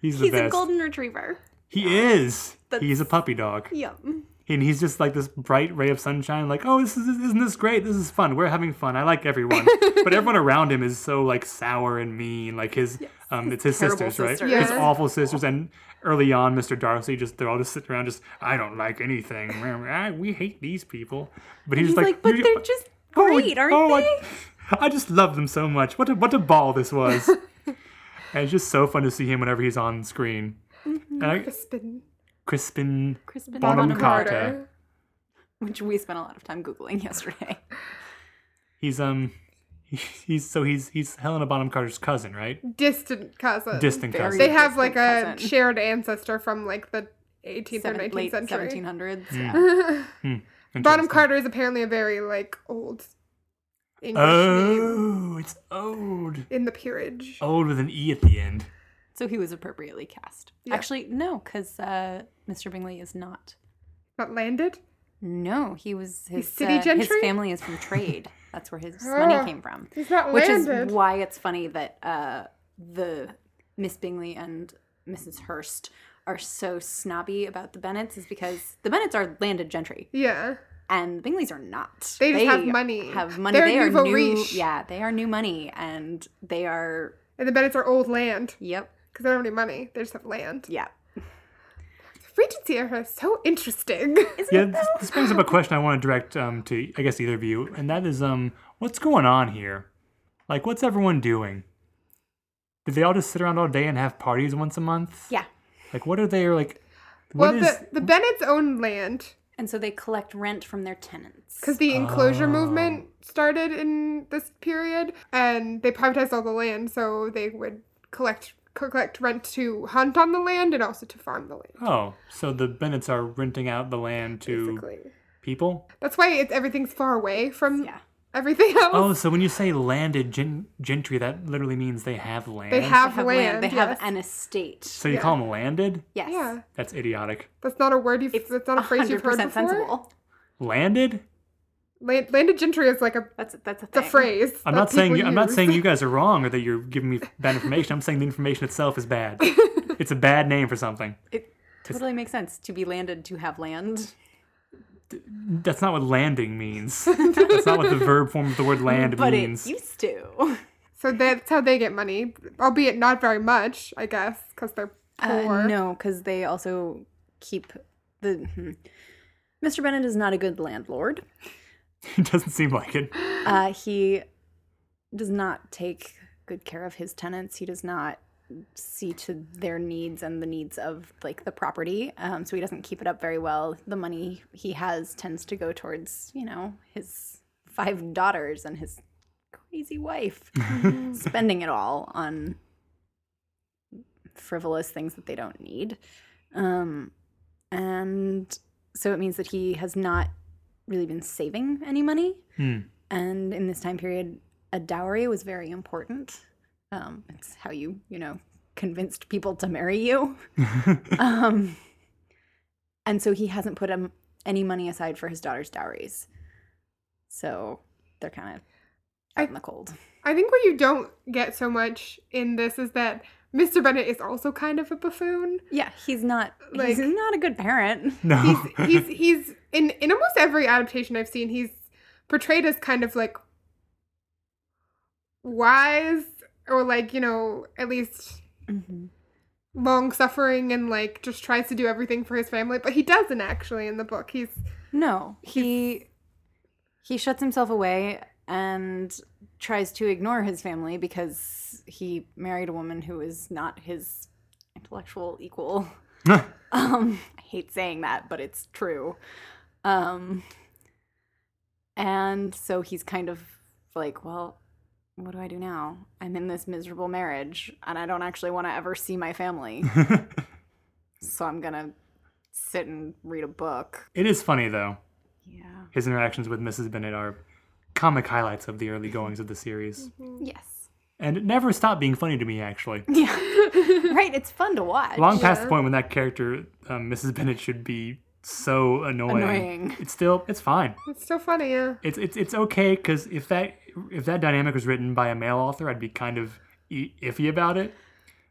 Speaker 1: He's the
Speaker 3: He's
Speaker 1: best.
Speaker 3: a golden retriever.
Speaker 1: He is.
Speaker 3: That's-
Speaker 1: He's a puppy dog,
Speaker 3: Yum.
Speaker 1: and he's just like this bright ray of sunshine. Like, oh, this is isn't this great? This is fun. We're having fun. I like everyone, but everyone around him is so like sour and mean. Like his, um, it's his
Speaker 3: terrible
Speaker 1: sisters, right?
Speaker 3: sisters.
Speaker 1: His
Speaker 2: Yeah.
Speaker 1: awful sisters. And early on, Mr. Darcy just they're all just sitting around, just I don't like anything. I, we hate these people. But he's,
Speaker 3: He's
Speaker 1: like,
Speaker 3: like, but
Speaker 1: "You-
Speaker 3: they're just
Speaker 1: oh,
Speaker 3: great, aren't
Speaker 1: oh,
Speaker 3: they?
Speaker 1: I, I just love them so much. What a what a ball this was. and it's just so fun to see him whenever he's on screen. And I,
Speaker 2: Crispin
Speaker 1: Crispin
Speaker 3: Crispin
Speaker 1: Bonham
Speaker 3: Bonham
Speaker 1: Carter.
Speaker 2: Carter.
Speaker 3: which we spent a lot of time googling yesterday.
Speaker 1: He's um he's so he's he's Helena Bonham Carter's cousin, right?
Speaker 2: distant cousin.
Speaker 1: Distant
Speaker 3: Very-
Speaker 1: cousin.
Speaker 2: They have like a
Speaker 3: Distant cousin.
Speaker 2: shared ancestor from like the 18th or
Speaker 3: Seven-
Speaker 2: 19th
Speaker 3: late
Speaker 2: century.
Speaker 3: 1700s.
Speaker 1: Mm.
Speaker 2: Bonham
Speaker 1: Interesting.
Speaker 2: Carter is apparently a very like old English name
Speaker 1: Oh, it's old.
Speaker 2: in the peerage.
Speaker 1: Old with an e at the end.
Speaker 3: So he was appropriately cast.
Speaker 2: Yeah.
Speaker 3: Actually, no, because uh, Mr. Bingley is not.
Speaker 2: Not landed.
Speaker 3: No, he was his
Speaker 2: city
Speaker 3: uh, his
Speaker 2: gentry?
Speaker 3: family is from trade. That's where his money came from,
Speaker 2: He's not
Speaker 3: which is
Speaker 2: landed.
Speaker 3: why it's funny that uh, the Miss Bingley and Mrs. Hurst are so snobby about the Bennets is because the Bennets are landed gentry
Speaker 2: yeah.
Speaker 3: and the Bingleys are not.
Speaker 2: They just have money.
Speaker 3: Have money.
Speaker 2: They're
Speaker 3: They're they are
Speaker 2: nouveau
Speaker 3: new.
Speaker 2: riche.
Speaker 3: Yeah, they are new money, and they are.
Speaker 2: And the Bennets are old land
Speaker 3: Yep.
Speaker 2: because they don't have any money. They just have land.
Speaker 3: Yeah.
Speaker 2: Regency era is so interesting.
Speaker 1: Yeah, this, this brings up a question I want to direct um, to I guess either of you, and that is um, what's going on here? Like, what's everyone doing? Did they all just sit around all day and have parties once a month?
Speaker 3: Yeah.
Speaker 1: Like, what are they like?
Speaker 2: well,
Speaker 1: What is?
Speaker 2: the, the Bennets own land
Speaker 3: And so they collect rent from their tenants.
Speaker 2: because the enclosure movement
Speaker 3: Oh.
Speaker 2: started in this period and they privatized all the land so they would collect collect rent to hunt on the land and also to farm the land.
Speaker 1: Oh, so the Bennetts are renting out the land to
Speaker 2: Basically,
Speaker 1: people?
Speaker 2: that's why it's everything's far away from
Speaker 3: Yeah.
Speaker 2: everything else.
Speaker 1: Oh, so when you say landed gen- gentry, that literally means they have land.
Speaker 2: they have,
Speaker 3: They have
Speaker 2: land.
Speaker 3: land. They
Speaker 2: yes.
Speaker 3: have an estate.
Speaker 1: So you
Speaker 2: yeah.
Speaker 1: call them landed?
Speaker 3: Yes.
Speaker 2: Yeah,
Speaker 1: That's idiotic.
Speaker 2: that's not a word you've.
Speaker 3: It's
Speaker 2: that's not a phrase you've heard
Speaker 3: 100%
Speaker 2: before.
Speaker 3: sensible.
Speaker 1: Landed?
Speaker 2: Land, landed gentry is like a,
Speaker 3: That's that's a
Speaker 2: it's a
Speaker 3: thing.
Speaker 2: phrase.
Speaker 1: I'm
Speaker 2: that
Speaker 1: not saying
Speaker 2: people
Speaker 1: you, I'm not
Speaker 2: use.
Speaker 1: saying you guys are wrong or that you're giving me bad information. I'm saying the information itself is bad. it's a bad name for something.
Speaker 3: It totally makes sense to be landed to have land.
Speaker 1: That's not what landing means. That's not what the verb form of the word land
Speaker 3: But
Speaker 1: means.
Speaker 3: it used to.
Speaker 2: So that's how they get money, albeit not very much, I guess, because they're poor.
Speaker 3: Uh, no, because they also keep the. hmm. Mr. Bennett is not a good landlord.
Speaker 1: it doesn't seem like it.
Speaker 3: Uh, he does not take good care of his tenants. He does not see to their needs and the needs of like the property. Um, so he doesn't keep it up very well. The money he has tends to go towards you know his five daughters and his crazy wife, spending it all on frivolous things that they don't need. Um, and so it means that he has not really been saving any money
Speaker 1: Hmm.
Speaker 3: and in this time period a dowry was very important um, it's how you you know convinced people to marry you um, and so he hasn't put um, any money aside for his daughter's dowries so they're kind of out
Speaker 2: I-
Speaker 3: in the cold
Speaker 2: I think what you don't get so much in this is that Mr. Bennett is also kind of a buffoon.
Speaker 3: yeah he's not
Speaker 2: Like-
Speaker 3: he's not a good parent
Speaker 1: No.
Speaker 2: He's he's he's in in almost every adaptation I've seen, he's portrayed as kind of like wise or like, you know, at least
Speaker 3: Mm-hmm.
Speaker 2: long suffering and like just tries to do everything for his family, but he doesn't actually in the book. He's
Speaker 3: No, he he shuts himself away and tries to ignore his family because he married a woman who is not his intellectual equal. um, I hate saying that, but it's true. Um, and so he's kind of like, well, what do I do now? I'm in this miserable marriage, and I don't actually want to ever see my family. so I'm gonna sit and read a book.
Speaker 1: it is funny though.
Speaker 3: Yeah.
Speaker 1: His interactions with Mrs. Bennett are comic highlights of the early goings of the series.
Speaker 2: Mm-hmm.
Speaker 3: Yes.
Speaker 1: And it never stopped being funny to me actually.
Speaker 3: Yeah. right. It's fun to watch.
Speaker 1: Long past the
Speaker 2: Yeah.
Speaker 1: point when that character um, Mrs. Bennett should be so annoying.
Speaker 3: Annoying.
Speaker 1: It's still it's fine.
Speaker 2: it's so funny, yeah.
Speaker 1: It's it's it's okay because if that if that dynamic was written by a male author, I'd be kind of i- iffy about it.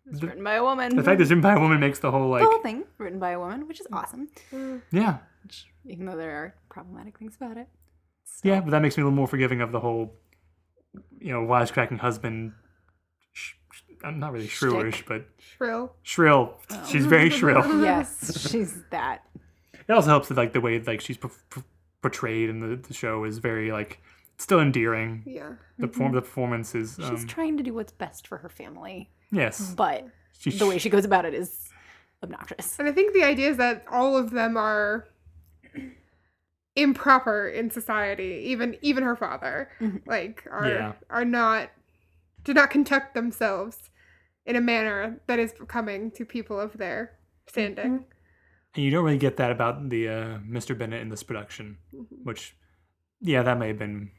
Speaker 3: It's written by a woman.
Speaker 1: The fact that it's written by a woman makes the whole like
Speaker 3: the whole thing written by a woman, which is awesome.
Speaker 2: Mm,
Speaker 1: yeah
Speaker 3: Even though there are problematic things about it.
Speaker 1: yeah, but that makes me a little more forgiving of the whole you know wisecracking husband. Sh- sh- I'm not really
Speaker 3: Shtick. Oh.
Speaker 1: shrewish, but
Speaker 2: Shrill.
Speaker 1: shrill. She's very
Speaker 3: Mm-hmm.
Speaker 1: shrill.
Speaker 3: Yes, she's that.
Speaker 1: It also helps that like the way like she's p- p- portrayed in the, the show is very like still endearing.
Speaker 2: Yeah.
Speaker 1: The form the performance is um,
Speaker 3: Mm-hmm. She's trying to do what's best for her family,
Speaker 1: yes.
Speaker 3: but
Speaker 1: She,
Speaker 3: the way she goes about it is obnoxious.
Speaker 2: And I think the idea is that all of them are improper in society. Even even her father,
Speaker 3: Mm-hmm.
Speaker 2: like, are
Speaker 1: Yeah.
Speaker 2: are not do not conduct themselves in a manner that is becoming to people of their standing.
Speaker 3: Mm-hmm.
Speaker 1: And you don't really get that about the uh, Mr. Bennett in this production,
Speaker 3: Mm-hmm.
Speaker 1: which, yeah, that may have been,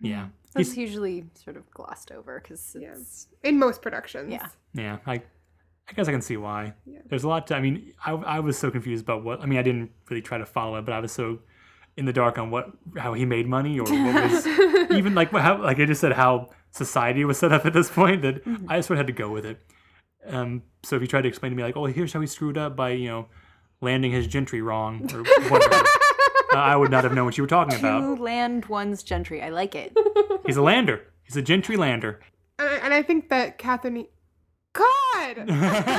Speaker 1: yeah,
Speaker 3: That's
Speaker 1: he's,
Speaker 3: usually sort of glossed over because
Speaker 2: Yeah.
Speaker 3: it's
Speaker 2: In most productions,
Speaker 3: Yeah.
Speaker 1: yeah. I, I guess I can see why.
Speaker 2: Yeah.
Speaker 1: There's a lot. To, I mean, I, I was so confused about what. I mean, I didn't really try to follow it, but I was so in the dark on what how he made money or what was even like how like I just said how society was set up at this point that I sort of had to go with it. Um, so if you tried to explain to me like, oh, here's how he screwed up by you know landing his gentry wrong or whatever. uh, I would not have known what you were talking about.
Speaker 3: two land one's gentry. I like it.
Speaker 1: He's a lander. He's a gentry lander.
Speaker 2: and I, and I think that Catherine. God, her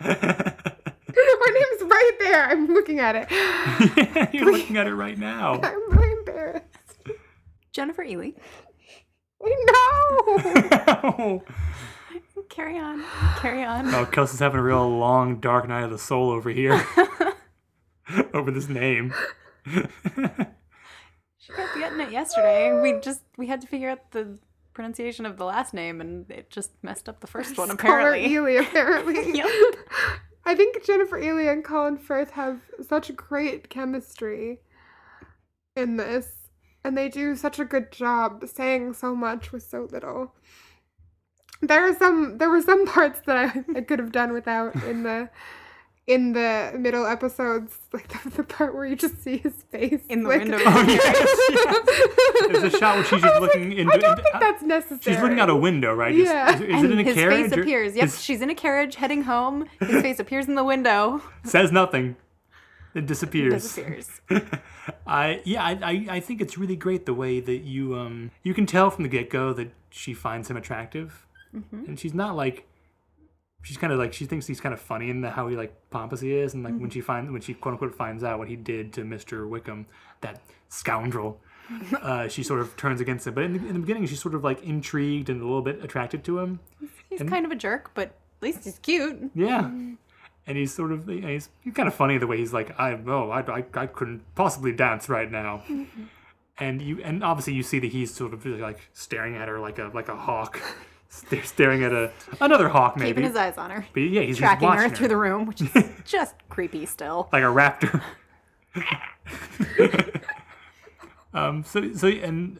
Speaker 2: name's right there. I'm looking at it.
Speaker 1: You're looking at it right now.
Speaker 2: I'm really embarrassed.
Speaker 3: Jennifer Ely.
Speaker 2: I know.
Speaker 1: oh,
Speaker 3: Carry on. Carry on.
Speaker 1: Kelsey's having a real long, dark night of the soul over here. over this name.
Speaker 3: She got the it yesterday. We just we had to figure out the pronunciation of the last name, and it just messed up the first one,
Speaker 2: Just call her
Speaker 3: apparently.
Speaker 2: Ely, apparently.
Speaker 3: Yep.
Speaker 2: I think Jennifer Ely and Colin Firth have such great chemistry in this, and they do such a good job saying so much with so little. There are some there were some parts that I, I could have done without in the in the middle episodes, like the, the part where you just see his face
Speaker 3: In the
Speaker 2: like-
Speaker 3: window.
Speaker 1: Oh, yes, yes. There's a shot where she's
Speaker 2: I
Speaker 1: just
Speaker 2: was like,
Speaker 1: looking into.
Speaker 2: I don't
Speaker 1: into-
Speaker 2: think that's necessary.
Speaker 1: she's looking out a window, right? Just-
Speaker 2: Yeah.
Speaker 1: Is, is
Speaker 3: and
Speaker 1: it in a
Speaker 3: his
Speaker 1: carriage?
Speaker 3: face
Speaker 1: or-
Speaker 3: appears. Yep,
Speaker 1: is-
Speaker 3: she's in a carriage heading home. His face appears in the window.
Speaker 1: says nothing. It disappears.
Speaker 3: Disappears.
Speaker 1: I yeah, I, I I think it's really great the way that you um you can tell from the get go that she finds him attractive, and she's not like she's kind of like she thinks he's kind of funny in the, how he like pompous he is, and like when she finds when she quote unquote finds out what he did to Mister Wickham, that scoundrel, uh, she sort of turns against him. But in the, in the beginning, she's sort of like intrigued and a little bit attracted to him.
Speaker 3: He's kind of a jerk, but at least he's cute.
Speaker 1: Yeah.
Speaker 3: Mm.
Speaker 1: And he's sort of and he's, he's kind of funny the way he's like I oh I, I, I couldn't possibly dance right now, and you and obviously you see that he's sort of really, like staring at her like a like a hawk, sta- staring at a another hawk maybe.
Speaker 3: Keeping his eyes on her.
Speaker 1: but yeah, he's just
Speaker 3: Tracking her
Speaker 1: watching
Speaker 3: through the room, which is just creepy still.
Speaker 1: like a raptor. um. So so and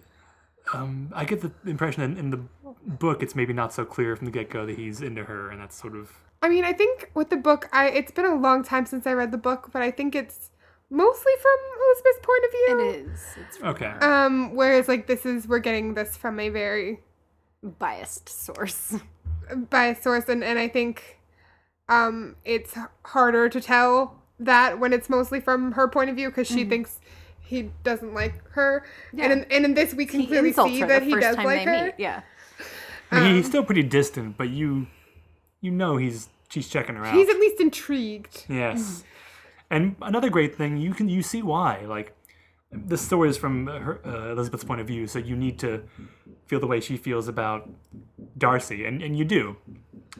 Speaker 1: um, I get the impression in, in the book it's maybe not so clear from the get go that he's into her, and that's sort of
Speaker 2: I mean, I think with the book, I it's been a long time since I read the book, but I think it's mostly from Elizabeth's point of
Speaker 3: It
Speaker 2: view.
Speaker 3: is. It's
Speaker 1: okay.
Speaker 2: Um, whereas like this is we're getting this from a very
Speaker 3: biased source.
Speaker 2: biased source, and and I think, um, it's h- harder to tell that when it's mostly from her point of view because
Speaker 3: Mm-hmm.
Speaker 2: she thinks he doesn't like her, and in, and in this we can
Speaker 3: He
Speaker 2: clearly
Speaker 3: insults
Speaker 2: see
Speaker 3: her
Speaker 2: that
Speaker 3: the
Speaker 2: he
Speaker 3: first
Speaker 2: does
Speaker 3: time
Speaker 2: like
Speaker 3: they
Speaker 2: her.
Speaker 3: meet. Yeah.
Speaker 1: I mean, he's still pretty distant, but you you know he's she's checking her out.
Speaker 2: He's at least intrigued.
Speaker 1: yes. And another great thing, you can you see why. Like this story is from her, uh, Elizabeth's point of view, so you need to feel the way she feels about Darcy, and and you do.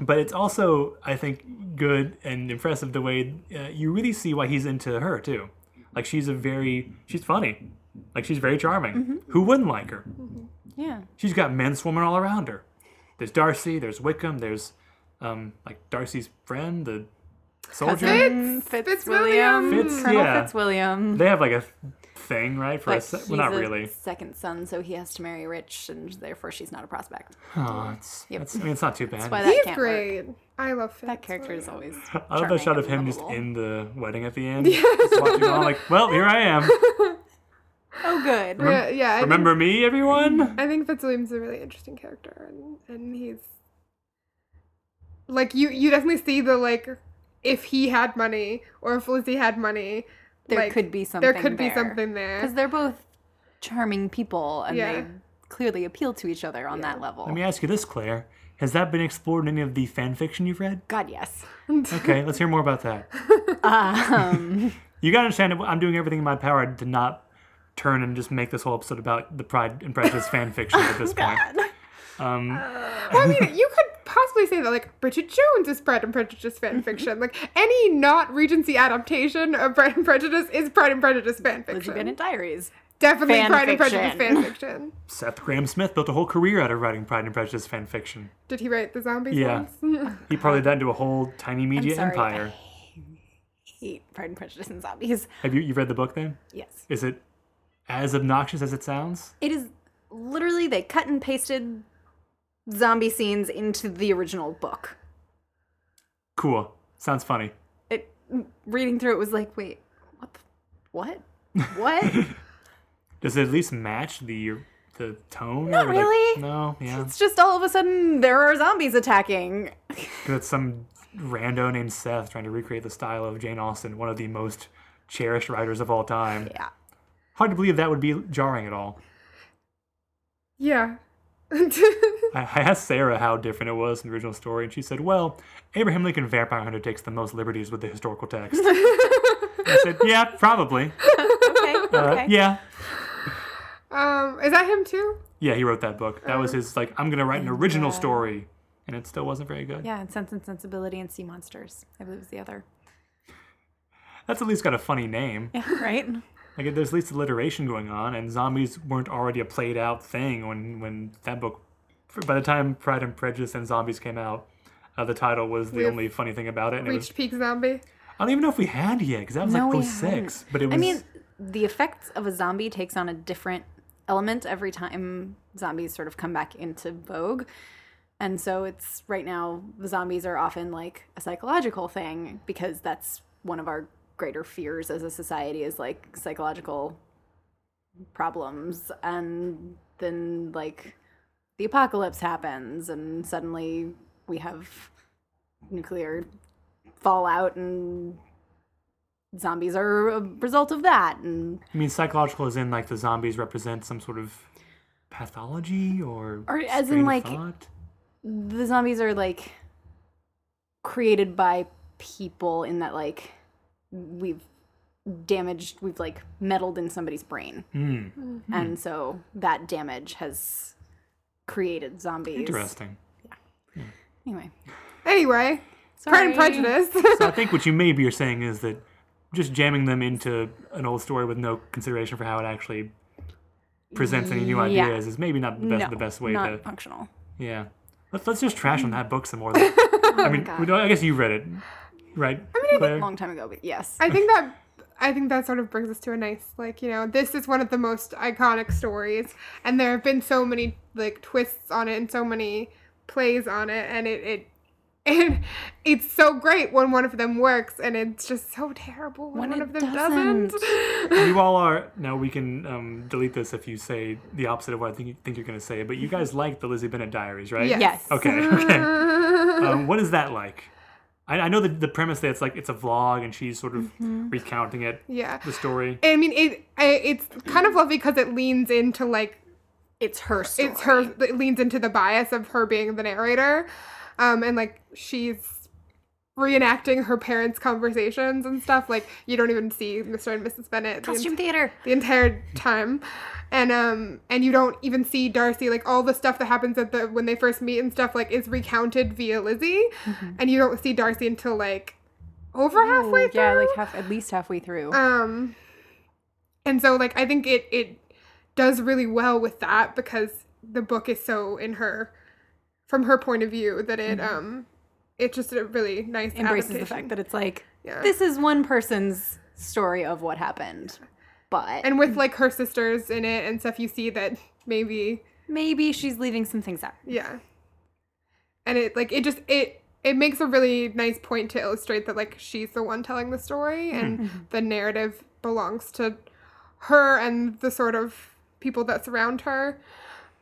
Speaker 1: But it's also, I think, good and impressive the way uh, you really see why he's into her too. Like she's a very she's funny, like she's very charming. Who wouldn't like her?
Speaker 3: Yeah.
Speaker 1: she's got men swarming all around her. There's Darcy, there's Wickham, there's um, like Darcy's friend, the soldier.
Speaker 3: Cousin
Speaker 2: Fitz-
Speaker 3: Fitzwilliam.
Speaker 1: Fitz,
Speaker 3: Colonel
Speaker 1: yeah.
Speaker 3: Fitzwilliam.
Speaker 1: They have like a thing, right? For a
Speaker 3: But
Speaker 1: se-
Speaker 3: he's
Speaker 1: well, not
Speaker 3: a
Speaker 1: really.
Speaker 3: second son, so he has to marry rich, and therefore she's not a prospect.
Speaker 1: Oh, it's,
Speaker 3: Yep.
Speaker 1: that's- I mean, it's not too bad.
Speaker 3: why
Speaker 2: He's
Speaker 3: can't work.
Speaker 2: great. I love Fitz.
Speaker 3: That character is always.
Speaker 1: I love that
Speaker 3: charming
Speaker 1: shot of
Speaker 3: and
Speaker 1: him just
Speaker 3: lovable.
Speaker 1: in the wedding at the end, just watching all like, well, here I am.
Speaker 3: Oh, good.
Speaker 2: Yeah, yeah. I think-
Speaker 1: Remember me, everyone?
Speaker 2: I think Fitzwilliam's a really interesting character, and and he's like you you definitely see the like if he had money or if Lizzie had money,
Speaker 3: There
Speaker 2: like,
Speaker 3: could be something.
Speaker 2: there could be something
Speaker 3: because
Speaker 2: there.
Speaker 3: they're both charming people, and
Speaker 2: Yeah.
Speaker 3: they clearly appeal to each other on that level.
Speaker 1: Let me ask you this, Claire: Has that been explored in any of the fan fiction you've read?
Speaker 3: God, yes.
Speaker 1: Okay, let's hear more about that.
Speaker 3: Um,
Speaker 1: You gotta understand, I'm doing everything in my power to not turn and just make this whole episode about the Pride and Prejudice fan fiction at this
Speaker 3: Oh
Speaker 1: point. Um,
Speaker 2: Well, I mean, you could possibly say that like Bridget Jones is Pride and Prejudice fan fiction. Like any not Regency adaptation of Pride and Prejudice is Pride and Prejudice fan
Speaker 3: Lizzie
Speaker 2: fiction.
Speaker 3: Bennett Diaries.
Speaker 2: Definitely
Speaker 3: fan
Speaker 2: Pride and
Speaker 3: fiction.
Speaker 2: Prejudice fan fiction.
Speaker 1: Seth Graham Smith built a whole career out of writing Pride and Prejudice fan fiction.
Speaker 2: Did he write the zombies?
Speaker 1: Yeah.
Speaker 2: ones?
Speaker 1: He parlayed that into a whole tiny media
Speaker 3: sorry,
Speaker 1: empire.
Speaker 3: Hate Pride and Prejudice and Zombies.
Speaker 1: Have you you read the book then?
Speaker 3: Yes.
Speaker 1: Is it as obnoxious as it sounds?
Speaker 3: It is literally they cut and pasted zombie scenes into the original book.
Speaker 1: Cool. Sounds funny.
Speaker 3: It reading through it was like, wait, what? The, what? What?
Speaker 1: Does it at least match the the tone?
Speaker 3: Not
Speaker 1: or, like-
Speaker 3: really.
Speaker 1: no. Yeah.
Speaker 3: it's just all of a sudden there are zombies attacking.
Speaker 1: Because it's some rando named Seth trying to recreate the style of Jane Austen, one of the most cherished writers of all time.
Speaker 3: Yeah.
Speaker 1: Hard to believe that would be jarring at all.
Speaker 2: yeah. Um,
Speaker 1: I I asked Sarah how different it was in the original story, and she said, "Well, Abraham Lincoln Vampire Hunter takes the most liberties with the historical text." I said, "Yeah, probably.
Speaker 3: Okay.
Speaker 1: Uh,
Speaker 3: Okay.
Speaker 1: Yeah,
Speaker 2: um, is that him too?
Speaker 1: yeah." He wrote that book. That
Speaker 3: Uh,
Speaker 1: was his like, "I'm gonna write an original story," and it still wasn't very good.
Speaker 3: Yeah, and Sense and Sensibility and Sea Monsters, I believe is the other.
Speaker 1: That's at least got a funny name.
Speaker 3: Yeah, right?
Speaker 1: Like, there's at least alliteration going on, and zombies weren't already a played out thing when when that book for- by the time Pride and Prejudice and Zombies came out, uh, the title was the
Speaker 2: We've
Speaker 1: only funny thing about it. And it was,
Speaker 2: Reached peak zombie.
Speaker 1: I don't even know if we had yet because that was
Speaker 3: No, we
Speaker 1: like 06. But it was
Speaker 3: I mean, the effects of a zombie takes on a different element every time zombies sort of come back into vogue. And so it's right now the zombies are often like a psychological thing because that's one of our greater fears as a society is like psychological problems and then like the apocalypse happens and suddenly we have nuclear fallout and zombies are a result of that and
Speaker 1: I mean, psychological is in like the zombies represent some sort of pathology or
Speaker 3: Or as
Speaker 1: strain
Speaker 3: in,
Speaker 1: of
Speaker 3: like-
Speaker 1: thought?
Speaker 3: the zombies are like created by people in that like we've damaged we've like meddled in somebody's brain
Speaker 1: Mm,
Speaker 3: and so that damage has created zombies
Speaker 1: interesting.
Speaker 3: anyway
Speaker 2: Anyway, Pride and
Speaker 3: sorry.
Speaker 2: Prejudice.
Speaker 1: So I think what you maybe are saying is that just jamming them into an old story with no consideration for how it actually presents any new
Speaker 3: Yeah.
Speaker 1: ideas is maybe not the best
Speaker 3: no,
Speaker 1: the best way
Speaker 3: not
Speaker 1: to
Speaker 3: functional
Speaker 1: yeah. Let's let's just trash on that book some more. Though. I mean,
Speaker 3: God.
Speaker 1: we don't- I guess you read it, right? Claire?
Speaker 3: long time ago but yes
Speaker 2: I think that I think that sort of brings us to a nice like you know this is one of the most iconic stories, and there have been so many like twists on it and so many plays on it, and it it. And it's so great when one of them works, and it's just so terrible when,
Speaker 3: When
Speaker 2: one
Speaker 3: it
Speaker 2: of them doesn't.
Speaker 3: doesn't.
Speaker 1: you all are now we can um, delete this if you say the opposite of what I think you think you're going to say. But you guys like the Lizzie Bennett Diaries, right?
Speaker 2: Yes.
Speaker 3: yes
Speaker 1: Okay. Okay. um, what is that like? I, I know the, the premise that it's like it's a vlog and she's sort of
Speaker 3: Mm-hmm.
Speaker 1: recounting it,
Speaker 2: Yeah,
Speaker 1: the story.
Speaker 2: I mean it. I, it's kind of lovely because it leans into like
Speaker 3: it's her story.
Speaker 2: it's her it leans into the bias of her being the narrator um and like she's reenacting her parents conversations and stuff like you don't even see mr and mrs bennett the,
Speaker 3: costume
Speaker 2: en-
Speaker 3: theater
Speaker 2: the entire time and um and you don't even see darcy like all the stuff that happens at the when they first meet and stuff like is recounted via lizzie
Speaker 3: Mm-hmm.
Speaker 2: and you don't see darcy until like over halfway through
Speaker 3: yeah like half at least halfway through
Speaker 2: um and so like i think it it does really well with that because the book is so in her from her point of view that it um it's just a really nice
Speaker 3: Mm-hmm. embraces the
Speaker 2: adaptation.
Speaker 3: fact that it's like
Speaker 2: Yeah.
Speaker 3: this is one person's story of what happened but
Speaker 2: and with like her sisters in it and stuff you see that maybe
Speaker 3: maybe she's leaving some things out
Speaker 2: yeah and it like it just it it makes a really nice point to illustrate that like she's the one telling the story
Speaker 3: Mm-hmm.
Speaker 2: and the narrative belongs to her and the sort of people that surround her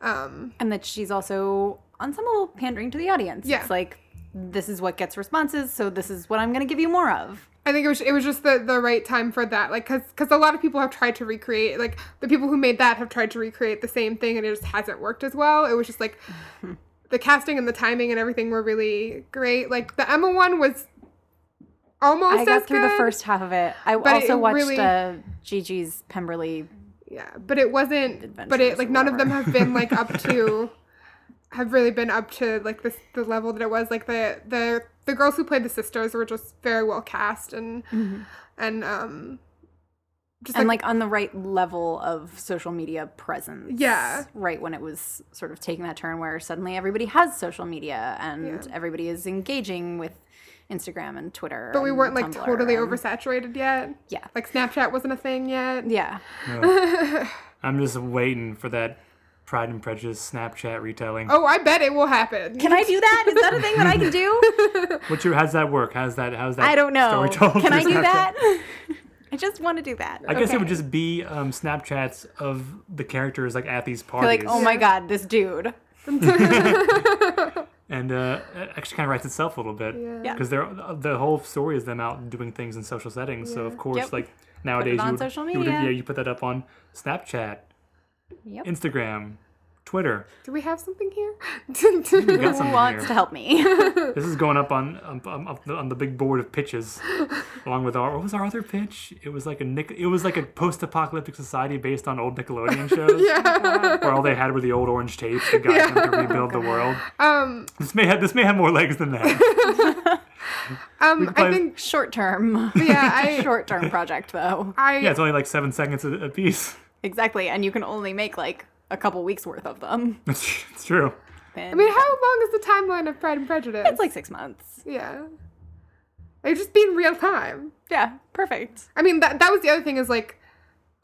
Speaker 2: um
Speaker 3: and that she's also on some level pandering to the audience
Speaker 2: Yeah.
Speaker 3: it's like this is what gets responses so this is what i'm going to give you more of
Speaker 2: I think it was it was just the, the right time for that, like, cause 'cause a lot of people have tried to recreate, like, the people who made that have tried to recreate the same thing, and it just hasn't worked as well. It was just like the casting and the timing and everything were really great. Like the Emma one was almost
Speaker 3: i
Speaker 2: as
Speaker 3: got through the
Speaker 2: good.
Speaker 3: first half of it i
Speaker 2: but
Speaker 3: also
Speaker 2: it
Speaker 3: watched
Speaker 2: really-
Speaker 3: uh, gigi's pemberley
Speaker 2: yeah, but it wasn't. But
Speaker 3: Adventures
Speaker 2: it
Speaker 3: or
Speaker 2: like none of them
Speaker 3: whatever.
Speaker 2: have been like up to, have really been up to like this the level that it was. Like the the the girls who played the sisters were just very well cast and
Speaker 3: Mm-hmm.
Speaker 2: and um. Just
Speaker 3: and like on the right level of social media presence
Speaker 2: Yeah.
Speaker 3: right when it was sort of taking that turn where suddenly everybody has social media and
Speaker 2: Yeah.
Speaker 3: everybody is engaging with instagram and twitter
Speaker 2: But we
Speaker 3: and
Speaker 2: weren't like
Speaker 3: Tumblr
Speaker 2: totally
Speaker 3: and-
Speaker 2: oversaturated yet.
Speaker 3: yeah
Speaker 2: Like Snapchat wasn't a thing yet.
Speaker 3: yeah
Speaker 1: I'm just waiting for that Pride and Prejudice Snapchat retelling.
Speaker 2: Oh, I bet it will happen.
Speaker 3: can i do that is that a thing that i can do
Speaker 1: What's your? How's that work? How's that? How's that?
Speaker 3: I don't know.
Speaker 1: Story told
Speaker 3: Can I
Speaker 1: through
Speaker 3: do
Speaker 1: Snapchat?
Speaker 3: that? I just want to do that.
Speaker 1: I guess it would just be um, Snapchats of the characters like at these
Speaker 3: You're
Speaker 1: parties,
Speaker 3: like, oh my god, this dude.
Speaker 1: and uh, it actually kind of writes itself a little bit
Speaker 2: Yeah.
Speaker 1: because they're the whole story is them out doing things in social settings. So of course,
Speaker 3: Yep.
Speaker 1: like nowadays,
Speaker 3: on
Speaker 1: you would,
Speaker 3: social
Speaker 1: you would-
Speaker 3: media.
Speaker 1: yeah, you put that up on Snapchat,
Speaker 3: Yep.
Speaker 1: Instagram, Twitter.
Speaker 2: Do we have something here?
Speaker 1: We got
Speaker 3: Who
Speaker 1: something
Speaker 3: wants
Speaker 1: here.
Speaker 3: to help me?
Speaker 1: This is going up on um, um, up the- on the big board of pitches, along with our what was our other pitch? It was like a Nick, it was like a post-apocalyptic society based on old Nickelodeon shows, where all they had were the old orange tapes that got them to rebuild the world.
Speaker 2: um,
Speaker 1: This may have this may have more legs than that.
Speaker 2: um, I
Speaker 1: play-
Speaker 2: think
Speaker 3: Short term.
Speaker 2: yeah, I
Speaker 3: Short term project though.
Speaker 2: I
Speaker 1: yeah, it's only like seven seconds a, a piece.
Speaker 3: Exactly. And you can only make like a couple weeks worth of them.
Speaker 1: it's true.
Speaker 3: been.
Speaker 2: I mean, how long is the timeline of Pride and Prejudice?
Speaker 3: It's like six months.
Speaker 2: yeah, it just be in real time.
Speaker 3: Yeah, perfect.
Speaker 2: I mean, that that was the other thing is like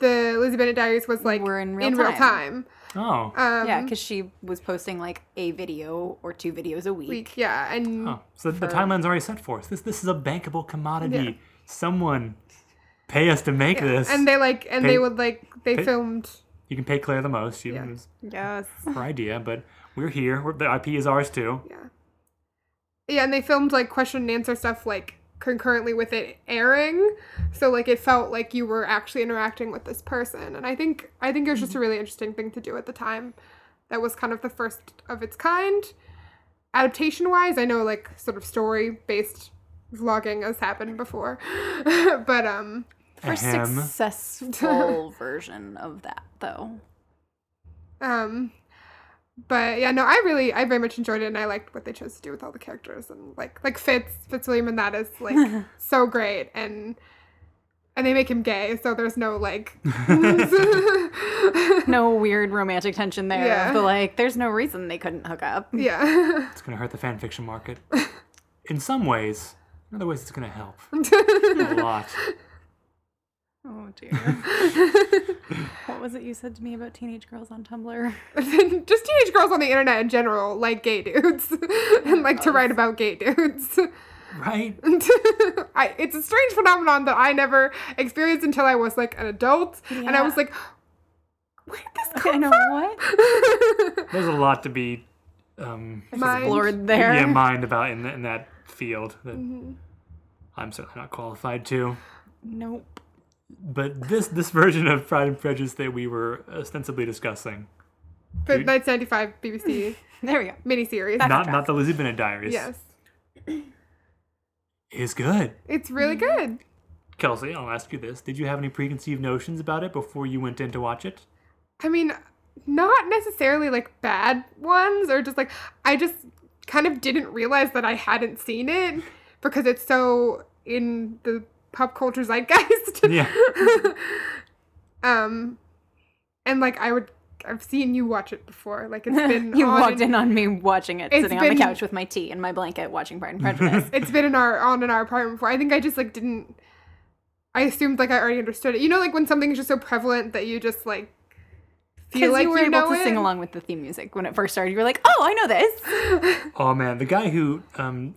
Speaker 2: the Lizzie Bennet Diaries was like
Speaker 3: Were in real
Speaker 2: time.
Speaker 3: time.
Speaker 1: Oh.
Speaker 2: Um,
Speaker 3: yeah, because she was posting like a video or two videos a week.
Speaker 2: week, yeah, and
Speaker 1: oh. So the timeline's already set for us. This this is a bankable commodity.
Speaker 2: Yeah.
Speaker 1: Someone pay us to make this.
Speaker 2: and they like and
Speaker 1: Pay-
Speaker 2: they would like they
Speaker 1: pay-
Speaker 2: filmed.
Speaker 1: you can pay Claire the most. She
Speaker 2: Yeah.
Speaker 1: was
Speaker 3: Yes.
Speaker 1: her idea, but we're here. We're, the IP is ours too.
Speaker 2: Yeah. Yeah, and they filmed like question and answer stuff like concurrently with it airing. So like it felt like you were actually interacting with this person. And I think I think it was just a really interesting thing to do at the time. That was kind of the first of its kind. Adaptation wise, I know like sort of story based vlogging has happened before. but um
Speaker 3: First
Speaker 1: Ahem.
Speaker 3: successful version of that, though.
Speaker 2: um but yeah, no, I really I very much enjoyed it and I liked what they chose to do with all the characters and like like Fitz, Fitzwilliam and that is like so great and and they make him gay, so there's no like
Speaker 3: no weird romantic tension there.
Speaker 2: Yeah.
Speaker 3: But like, there's no reason they couldn't hook up.
Speaker 2: Yeah.
Speaker 1: It's gonna hurt the fan fiction market. In some ways. In other ways, it's gonna help a lot.
Speaker 3: Oh dear. what was it you said to me about teenage girls on Tumblr?
Speaker 2: Just teenage girls on the internet in general like gay dudes and like to write about gay dudes.
Speaker 1: Right?
Speaker 2: I, it's a strange phenomenon that I never experienced until I was like an adult and I
Speaker 3: Yeah.
Speaker 2: was like where did this
Speaker 3: Okay, I
Speaker 2: come
Speaker 3: know what
Speaker 2: from?
Speaker 1: There's a lot to be um,
Speaker 2: Mind-
Speaker 3: explored there.
Speaker 1: yeah, mind about in, in that field that
Speaker 2: Mm-hmm.
Speaker 1: I'm certainly not qualified to.
Speaker 3: nope.
Speaker 1: But this this version of Pride and Prejudice that we were ostensibly discussing,
Speaker 2: The
Speaker 1: Dude.
Speaker 2: 1995 BBC
Speaker 3: There we go.
Speaker 2: miniseries.
Speaker 1: not not the Lizzie Bennet Diaries,
Speaker 2: yes.
Speaker 1: is good.
Speaker 2: It's really
Speaker 3: Mm-hmm.
Speaker 2: good.
Speaker 1: Kelsey, I'll ask you this: Did you have any preconceived notions about it before you went in to watch it?
Speaker 2: I mean, not necessarily like bad ones or just like I just kind of didn't realize that I hadn't seen it because it's so in the pop culture zeitgeist.
Speaker 1: Yeah,
Speaker 2: um and like I would I've seen you watch it before. Like it's been
Speaker 3: You
Speaker 2: on
Speaker 3: walked in on me watching it,
Speaker 2: It's
Speaker 3: sitting on
Speaker 2: been-
Speaker 3: the couch with my tea and my blanket, watching Pride and Prejudice.
Speaker 2: it's been in our on in our apartment before. I think I just like didn't I assumed like I already understood it. You know like when something is just so prevalent that you just like feel
Speaker 3: Because
Speaker 2: like
Speaker 3: you
Speaker 2: you,
Speaker 3: were able
Speaker 2: know
Speaker 3: to
Speaker 2: it.
Speaker 3: sing along with the theme music when it first started. You were like, "Oh, I know this."
Speaker 1: Oh man, the guy who um,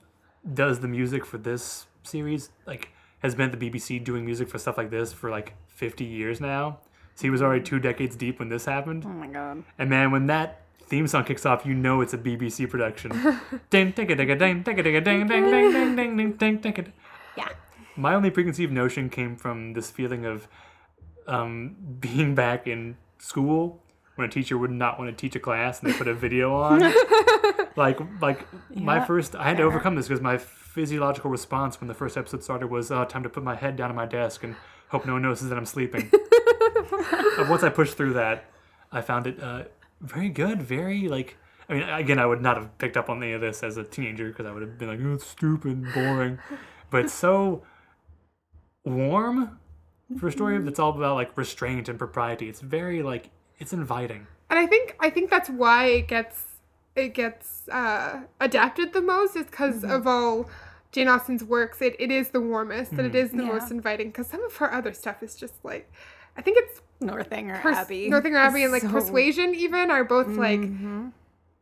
Speaker 1: does the music for this series like has been at the BBC doing music for stuff like this for like 50 years now. So he was already two decades deep when this happened.
Speaker 3: Oh my god.
Speaker 1: And man, when that theme song kicks off, you know it's a BBC production. ding, ding, ding, ding, ding, ding, ding, ding, ding, ding, ding, ding, ding, ding, ding.
Speaker 3: Yeah.
Speaker 1: My only preconceived notion came from this feeling of um, being back in school when a teacher would not want to teach a class and they put a video on. like, like my
Speaker 3: Yeah,
Speaker 1: first, I had to overcome this because my physiological response when the first episode started was, "Oh, time to put my head down on my desk and hope no one notices that I'm sleeping." But once I pushed through that, I found it uh, very good. Very like, I mean, again, I would not have picked up on any of this as a teenager because I would have been like, "Oh, it's stupid, boring," but it's so warm for a story that's all about like restraint and propriety. It's very like it's inviting.
Speaker 2: and I think I think that's why it gets it gets uh, adapted the most is because
Speaker 3: Mm-hmm.
Speaker 2: of all Jane Austen's works. It it is the warmest and it is the
Speaker 3: Mm-hmm. Yeah.
Speaker 2: most inviting because some of her other stuff is just like I think it's
Speaker 3: Northanger
Speaker 2: Pers-
Speaker 3: Abbey.
Speaker 2: Northanger Abbey and like
Speaker 3: is so-
Speaker 2: Persuasion even are both like
Speaker 3: Mhm.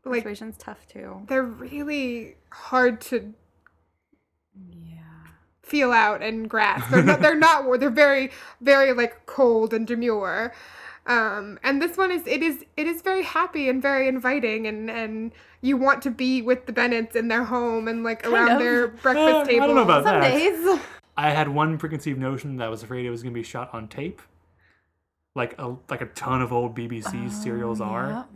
Speaker 2: like
Speaker 3: Persuasion's tough too.
Speaker 2: they're really hard to
Speaker 3: Yeah.
Speaker 2: feel out and grasp. They're not, they're not war- they're very very like cold and demure. Um, and this one is it is it is very happy and very inviting and and you want to be with the Bennets in their home and like around
Speaker 3: of.
Speaker 2: their
Speaker 1: Eh, I
Speaker 2: breakfast table.
Speaker 1: don't know about
Speaker 3: Some
Speaker 1: that.
Speaker 3: days.
Speaker 1: I had one preconceived notion that I was afraid it was going to be shot on tape, like a like a ton of old BBC serials
Speaker 3: Yeah.
Speaker 1: are,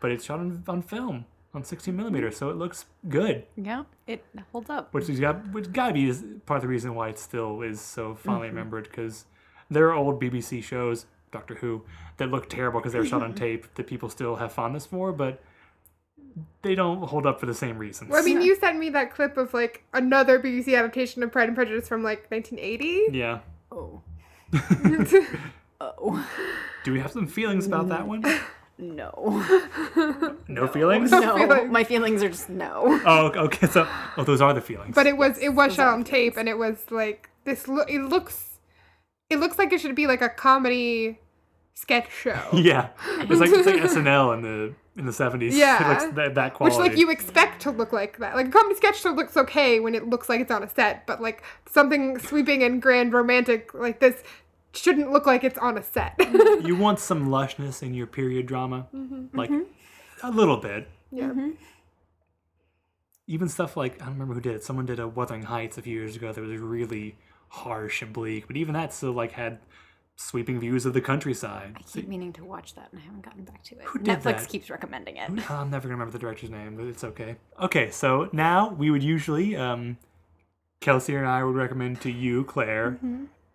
Speaker 1: but it's shot on, on film on 16 millimeter, so it looks good.
Speaker 3: Yeah. It holds up.
Speaker 1: which is got which gotta be is part of the reason why it still is so fondly
Speaker 2: Mm-hmm.
Speaker 1: remembered because there are old BBC shows, Doctor Who, that look terrible because they were shot on tape that people still have fondness for, but they don't hold up for the same reasons.
Speaker 2: Well, I mean, you sent me that clip of like another BBC adaptation of Pride and Prejudice from like 1980.
Speaker 1: yeah.
Speaker 3: Oh. oh.
Speaker 1: Oh. Do we have some feelings about that one?
Speaker 3: no.
Speaker 1: No, feelings?
Speaker 2: No
Speaker 3: No,
Speaker 2: feelings.
Speaker 3: my feelings are just no.
Speaker 1: Oh, okay. So, oh, those are the feelings.
Speaker 2: But it was it was shot on tape, and it was like this. Lo- it looks, it looks like it should be like a comedy sketch show,
Speaker 1: yeah, it's like it's like SNL in the in the seventies.
Speaker 2: Yeah.
Speaker 1: like that, that
Speaker 2: which
Speaker 1: quality.
Speaker 2: like you expect to look like that. Like a comedy sketch show looks okay when it looks like it's on a set, but like something sweeping and grand romantic like this shouldn't look like it's on a set.
Speaker 1: You want some lushness in your period drama,
Speaker 2: Mm-hmm.
Speaker 1: like a little bit.
Speaker 2: yeah.
Speaker 1: Even stuff like I don't remember who did it. Someone did a Wuthering Heights a few years ago that was really harsh and bleak, but even that still like had sweeping views of the countryside. So-
Speaker 3: Keep meaning to watch that, and I haven't gotten back to it.
Speaker 1: did
Speaker 3: Netflix
Speaker 1: that?
Speaker 3: keeps recommending it.
Speaker 1: I'm never gonna remember the director's name, but it's okay. Okay, so now we would usually, um, Kelsey and I would recommend to you, Claire,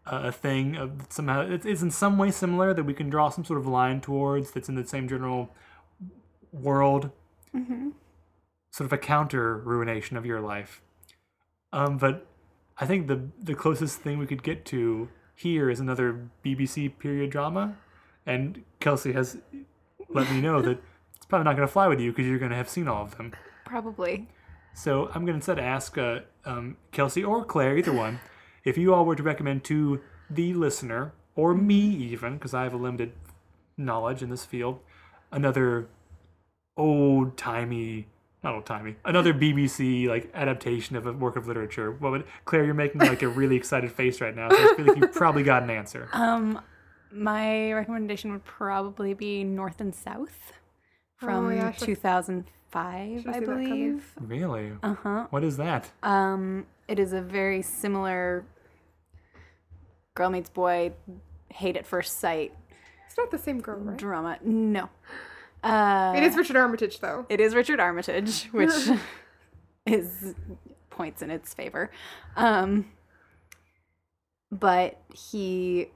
Speaker 1: a, a thing of somehow it's, it's in some way similar that we can draw some sort of line towards that's in the same general world, sort of a counter ruination of your life. Um, but I think the the closest thing we could get to here is another BBC period drama, and Kelsey has let me know that it's probably not going to fly with you because you're going to have seen all of them.
Speaker 3: Probably.
Speaker 1: So I'm going to instead ask uh, um, Kelsey or Claire, either one, if you all were to recommend to the listener or me even, because I have a limited knowledge in this field, another old timey, not old timey, another BBC like adaptation of a work of literature. What would Claire? You're making like a really excited face right now, so I feel like you probably got an answer.
Speaker 3: Um, my recommendation would probably be North and South from
Speaker 2: Oh, yeah, I should-
Speaker 3: 2005,
Speaker 2: should've seen
Speaker 3: I
Speaker 2: that coming.
Speaker 3: believe.
Speaker 1: Really?
Speaker 3: Uh huh.
Speaker 1: What is that?
Speaker 3: Um, it is a very similar girl meets boy, hate at first sight
Speaker 2: It's not the same girl, right?
Speaker 3: drama. No. Uh,
Speaker 2: it is Richard Armitage though.
Speaker 3: It is Richard Armitage, which is points in its favor. Um, but he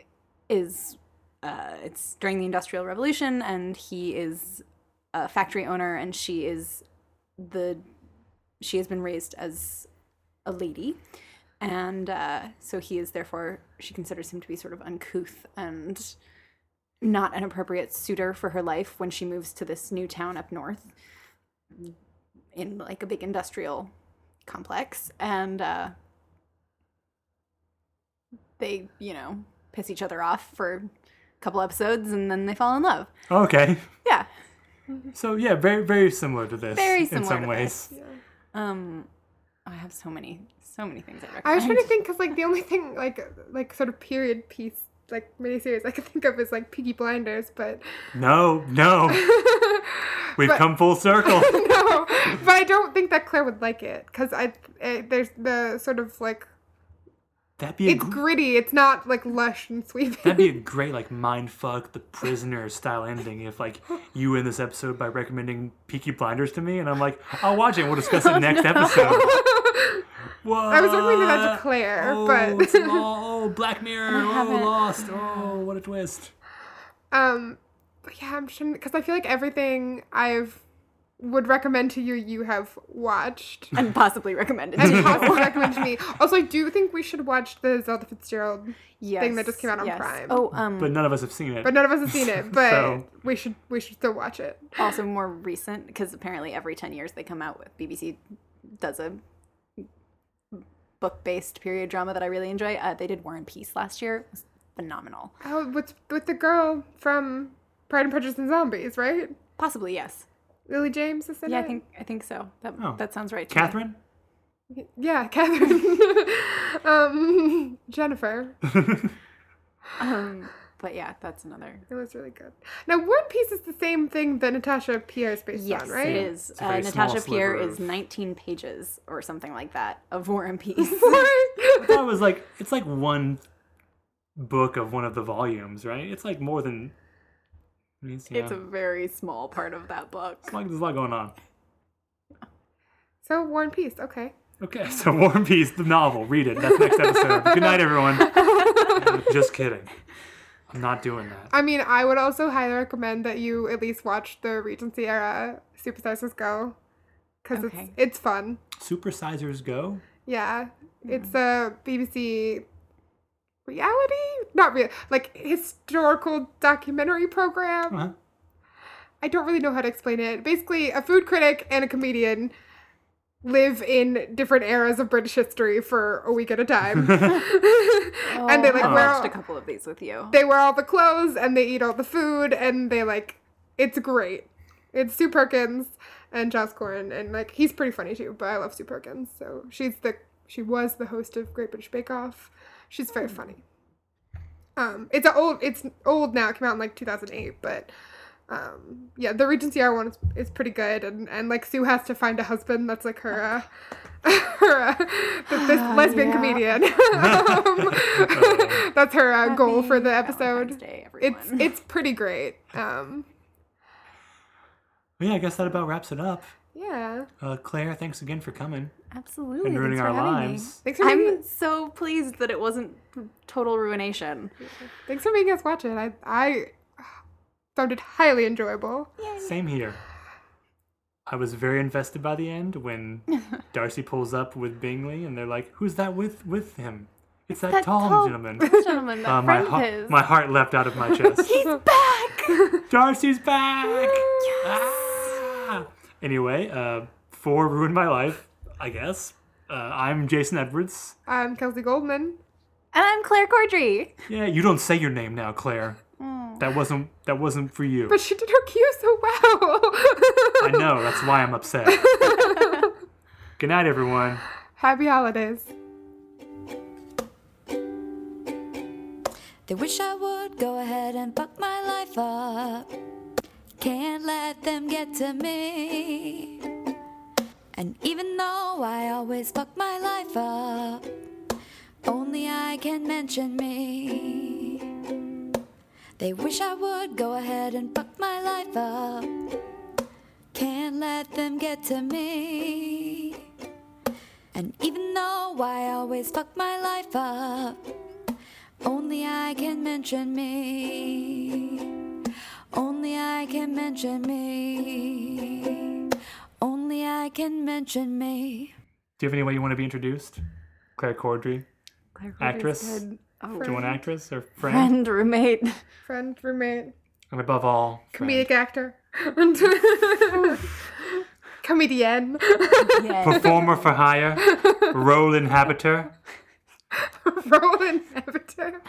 Speaker 3: is uh, it's during the Industrial Revolution, and he is a factory owner, and she is the she has been raised as a lady, and uh, so he is therefore she considers him to be sort of uncouth and not an appropriate suitor for her life when she moves to this new town up north in like a big industrial complex and uh they you know piss each other off for a couple episodes and then they fall in love
Speaker 1: Okay.
Speaker 3: yeah
Speaker 1: So yeah, very very similar to this
Speaker 3: Very
Speaker 1: in
Speaker 3: similar
Speaker 1: some
Speaker 3: to
Speaker 1: ways.
Speaker 3: this. um i have so many so many things i recommend
Speaker 2: I was trying to think because like the only thing like like sort of period piece like miniseries I could think of is like Peaky Blinders, but
Speaker 1: No, no. We've
Speaker 2: But-
Speaker 1: come full circle.
Speaker 2: no, but I don't think that Claire would like it because I it, there's the sort of like
Speaker 1: That'd be a
Speaker 2: it's
Speaker 1: gr-
Speaker 2: gritty. It's not like lush and
Speaker 1: that'd
Speaker 2: sweeping.
Speaker 1: be a great like mind fuck the prisoner style ending if like you win this episode by recommending Peaky Blinders to me and I'm like I'll watch it. We'll discuss it next episode. What?
Speaker 2: Oh, I was recommending that to Claire,
Speaker 1: oh,
Speaker 2: but
Speaker 1: it's law- oh, Black Mirror. Oh,
Speaker 3: haven't-
Speaker 1: Lost. Oh, what a twist.
Speaker 2: um, but yeah, I'm trying because I feel like everything I've would recommend to you you have watched.
Speaker 3: and possibly recommend it
Speaker 2: And
Speaker 3: to
Speaker 2: possibly recommend to me. Also, I do think we should watch the Zelda Fitzgerald
Speaker 3: yes,
Speaker 2: thing that just came out on Prime.
Speaker 3: oh um
Speaker 1: But none of us have seen it.
Speaker 2: but none of us have seen it. But
Speaker 1: So-
Speaker 2: we should we should still watch it.
Speaker 3: also more recent because apparently every 10 years they come out with bbc does a book-based period drama that i really enjoy uh, they did war and peace last year it was phenomenal
Speaker 2: Oh, with with the girl from Pride and Prejudice and Zombies, right?
Speaker 3: possibly yes
Speaker 2: Lily James is in
Speaker 3: yeah i
Speaker 2: it?
Speaker 3: think i think so that,
Speaker 1: Oh.
Speaker 3: that sounds right to me.
Speaker 1: Catherine.
Speaker 2: Yeah, Catherine. um, Jennifer.
Speaker 3: um, but yeah that's another
Speaker 2: It was really good. Now, One Piece is the same thing that Natasha Pierre is based
Speaker 3: yes
Speaker 2: on, right?
Speaker 3: it is
Speaker 1: It's a
Speaker 3: uh,
Speaker 1: very small
Speaker 3: natasha
Speaker 1: sliver
Speaker 3: pierre is
Speaker 1: of-
Speaker 3: 19 pages or something like that of war and peace
Speaker 1: I thought it was like it's like one book of one of the volumes, right? It's like more than. I mean, It's, yeah.
Speaker 3: it's a very small part of that book
Speaker 1: It's like there's a lot going on.
Speaker 2: So, One Piece, okay.
Speaker 1: Okay, so War and Peace, the novel. Read it. That's next episode. Good night, everyone. Just kidding. I'm not doing that.
Speaker 2: I mean, I would also highly recommend that you at least watch the Regency era Superstars Go. Because
Speaker 3: Okay.
Speaker 2: it's, it's fun.
Speaker 1: Supersizers go.
Speaker 2: Yeah, it's a BBC
Speaker 1: Uh-huh.
Speaker 2: reality, not real, like historical documentary program.
Speaker 1: Huh?
Speaker 2: I don't really know how to explain it. Basically, a food critic and a comedian live in different eras of British history for a week at a time. and they like
Speaker 3: I
Speaker 2: wear
Speaker 3: watched
Speaker 2: all,
Speaker 3: a couple of these with you.
Speaker 2: they wear all the clothes and they eat all the food and they like it's great. It's Sue Perkins and Joss Corn and like he's pretty funny too, but I love Sue Perkins. So she's the she was the host of Great British Bake Off. She's very funny. Um, it's a old it's old now. It came out in like 2008, but um, yeah, the Regency R one is, is pretty good, and, and like Sue has to find a husband that's like her, uh, her uh, th- this lesbian
Speaker 3: Yeah.
Speaker 2: comedian. um, that's her uh, goal for the
Speaker 3: Happy
Speaker 2: episode.
Speaker 3: Valentine's Day,
Speaker 2: It's
Speaker 3: everyone.
Speaker 2: it's pretty great. Um,
Speaker 1: Well, yeah, I guess that about wraps it up.
Speaker 2: yeah,
Speaker 1: Uh, Claire, thanks again for coming
Speaker 3: absolutely
Speaker 1: and ruining
Speaker 3: thanks
Speaker 1: our
Speaker 3: for having me.
Speaker 1: lives.
Speaker 2: thanks for making,
Speaker 3: I'm so pleased that it wasn't total ruination.
Speaker 2: thanks for making us watch it. I I found it highly enjoyable.
Speaker 1: Same here. I was very invested by the end when Darcy pulls up with Bingley and they're like, "Who's that with with him? It's that,
Speaker 3: That
Speaker 1: tall,
Speaker 3: tall
Speaker 1: gentleman."
Speaker 3: gentleman, that
Speaker 1: Uh, my
Speaker 3: friend of
Speaker 1: heart,
Speaker 3: his.
Speaker 1: my heart leapt out of my chest.
Speaker 3: He's back.
Speaker 1: Darcy's back. Ah! Anyway, uh, four ruined my life. I guess. Uh, I'm Jason Edwards.
Speaker 2: Um, Kelsey Goldman.
Speaker 3: and I'm Claire Cordry.
Speaker 1: Yeah, you don't say your name now, Claire. That wasn't that wasn't for you.
Speaker 2: But she did her cue so well.
Speaker 1: I know. That's why I'm upset. Good night, everyone.
Speaker 2: Happy holidays.
Speaker 4: They wish I would go ahead and fuck my life up. Can't let them get to me. And even though I always fuck my life up, only I can mention me. They wish I would go ahead and fuck my life up. Can't let them get to me. And even though I always fuck my life up, only I can mention me. Only I can mention me. Only I can mention me.
Speaker 1: Do you have any way you want to be introduced? Claire Cordry.
Speaker 3: Claire Cordry's
Speaker 1: Actress?
Speaker 3: good. Oh,
Speaker 1: Do you want actress or friend?
Speaker 3: friend, roommate,
Speaker 2: Friend, roommate,
Speaker 1: And above all, friend.
Speaker 2: comedic actor, comedian,
Speaker 3: yeah,
Speaker 1: performer for hire, role inhabitor.
Speaker 2: Roland Avatar.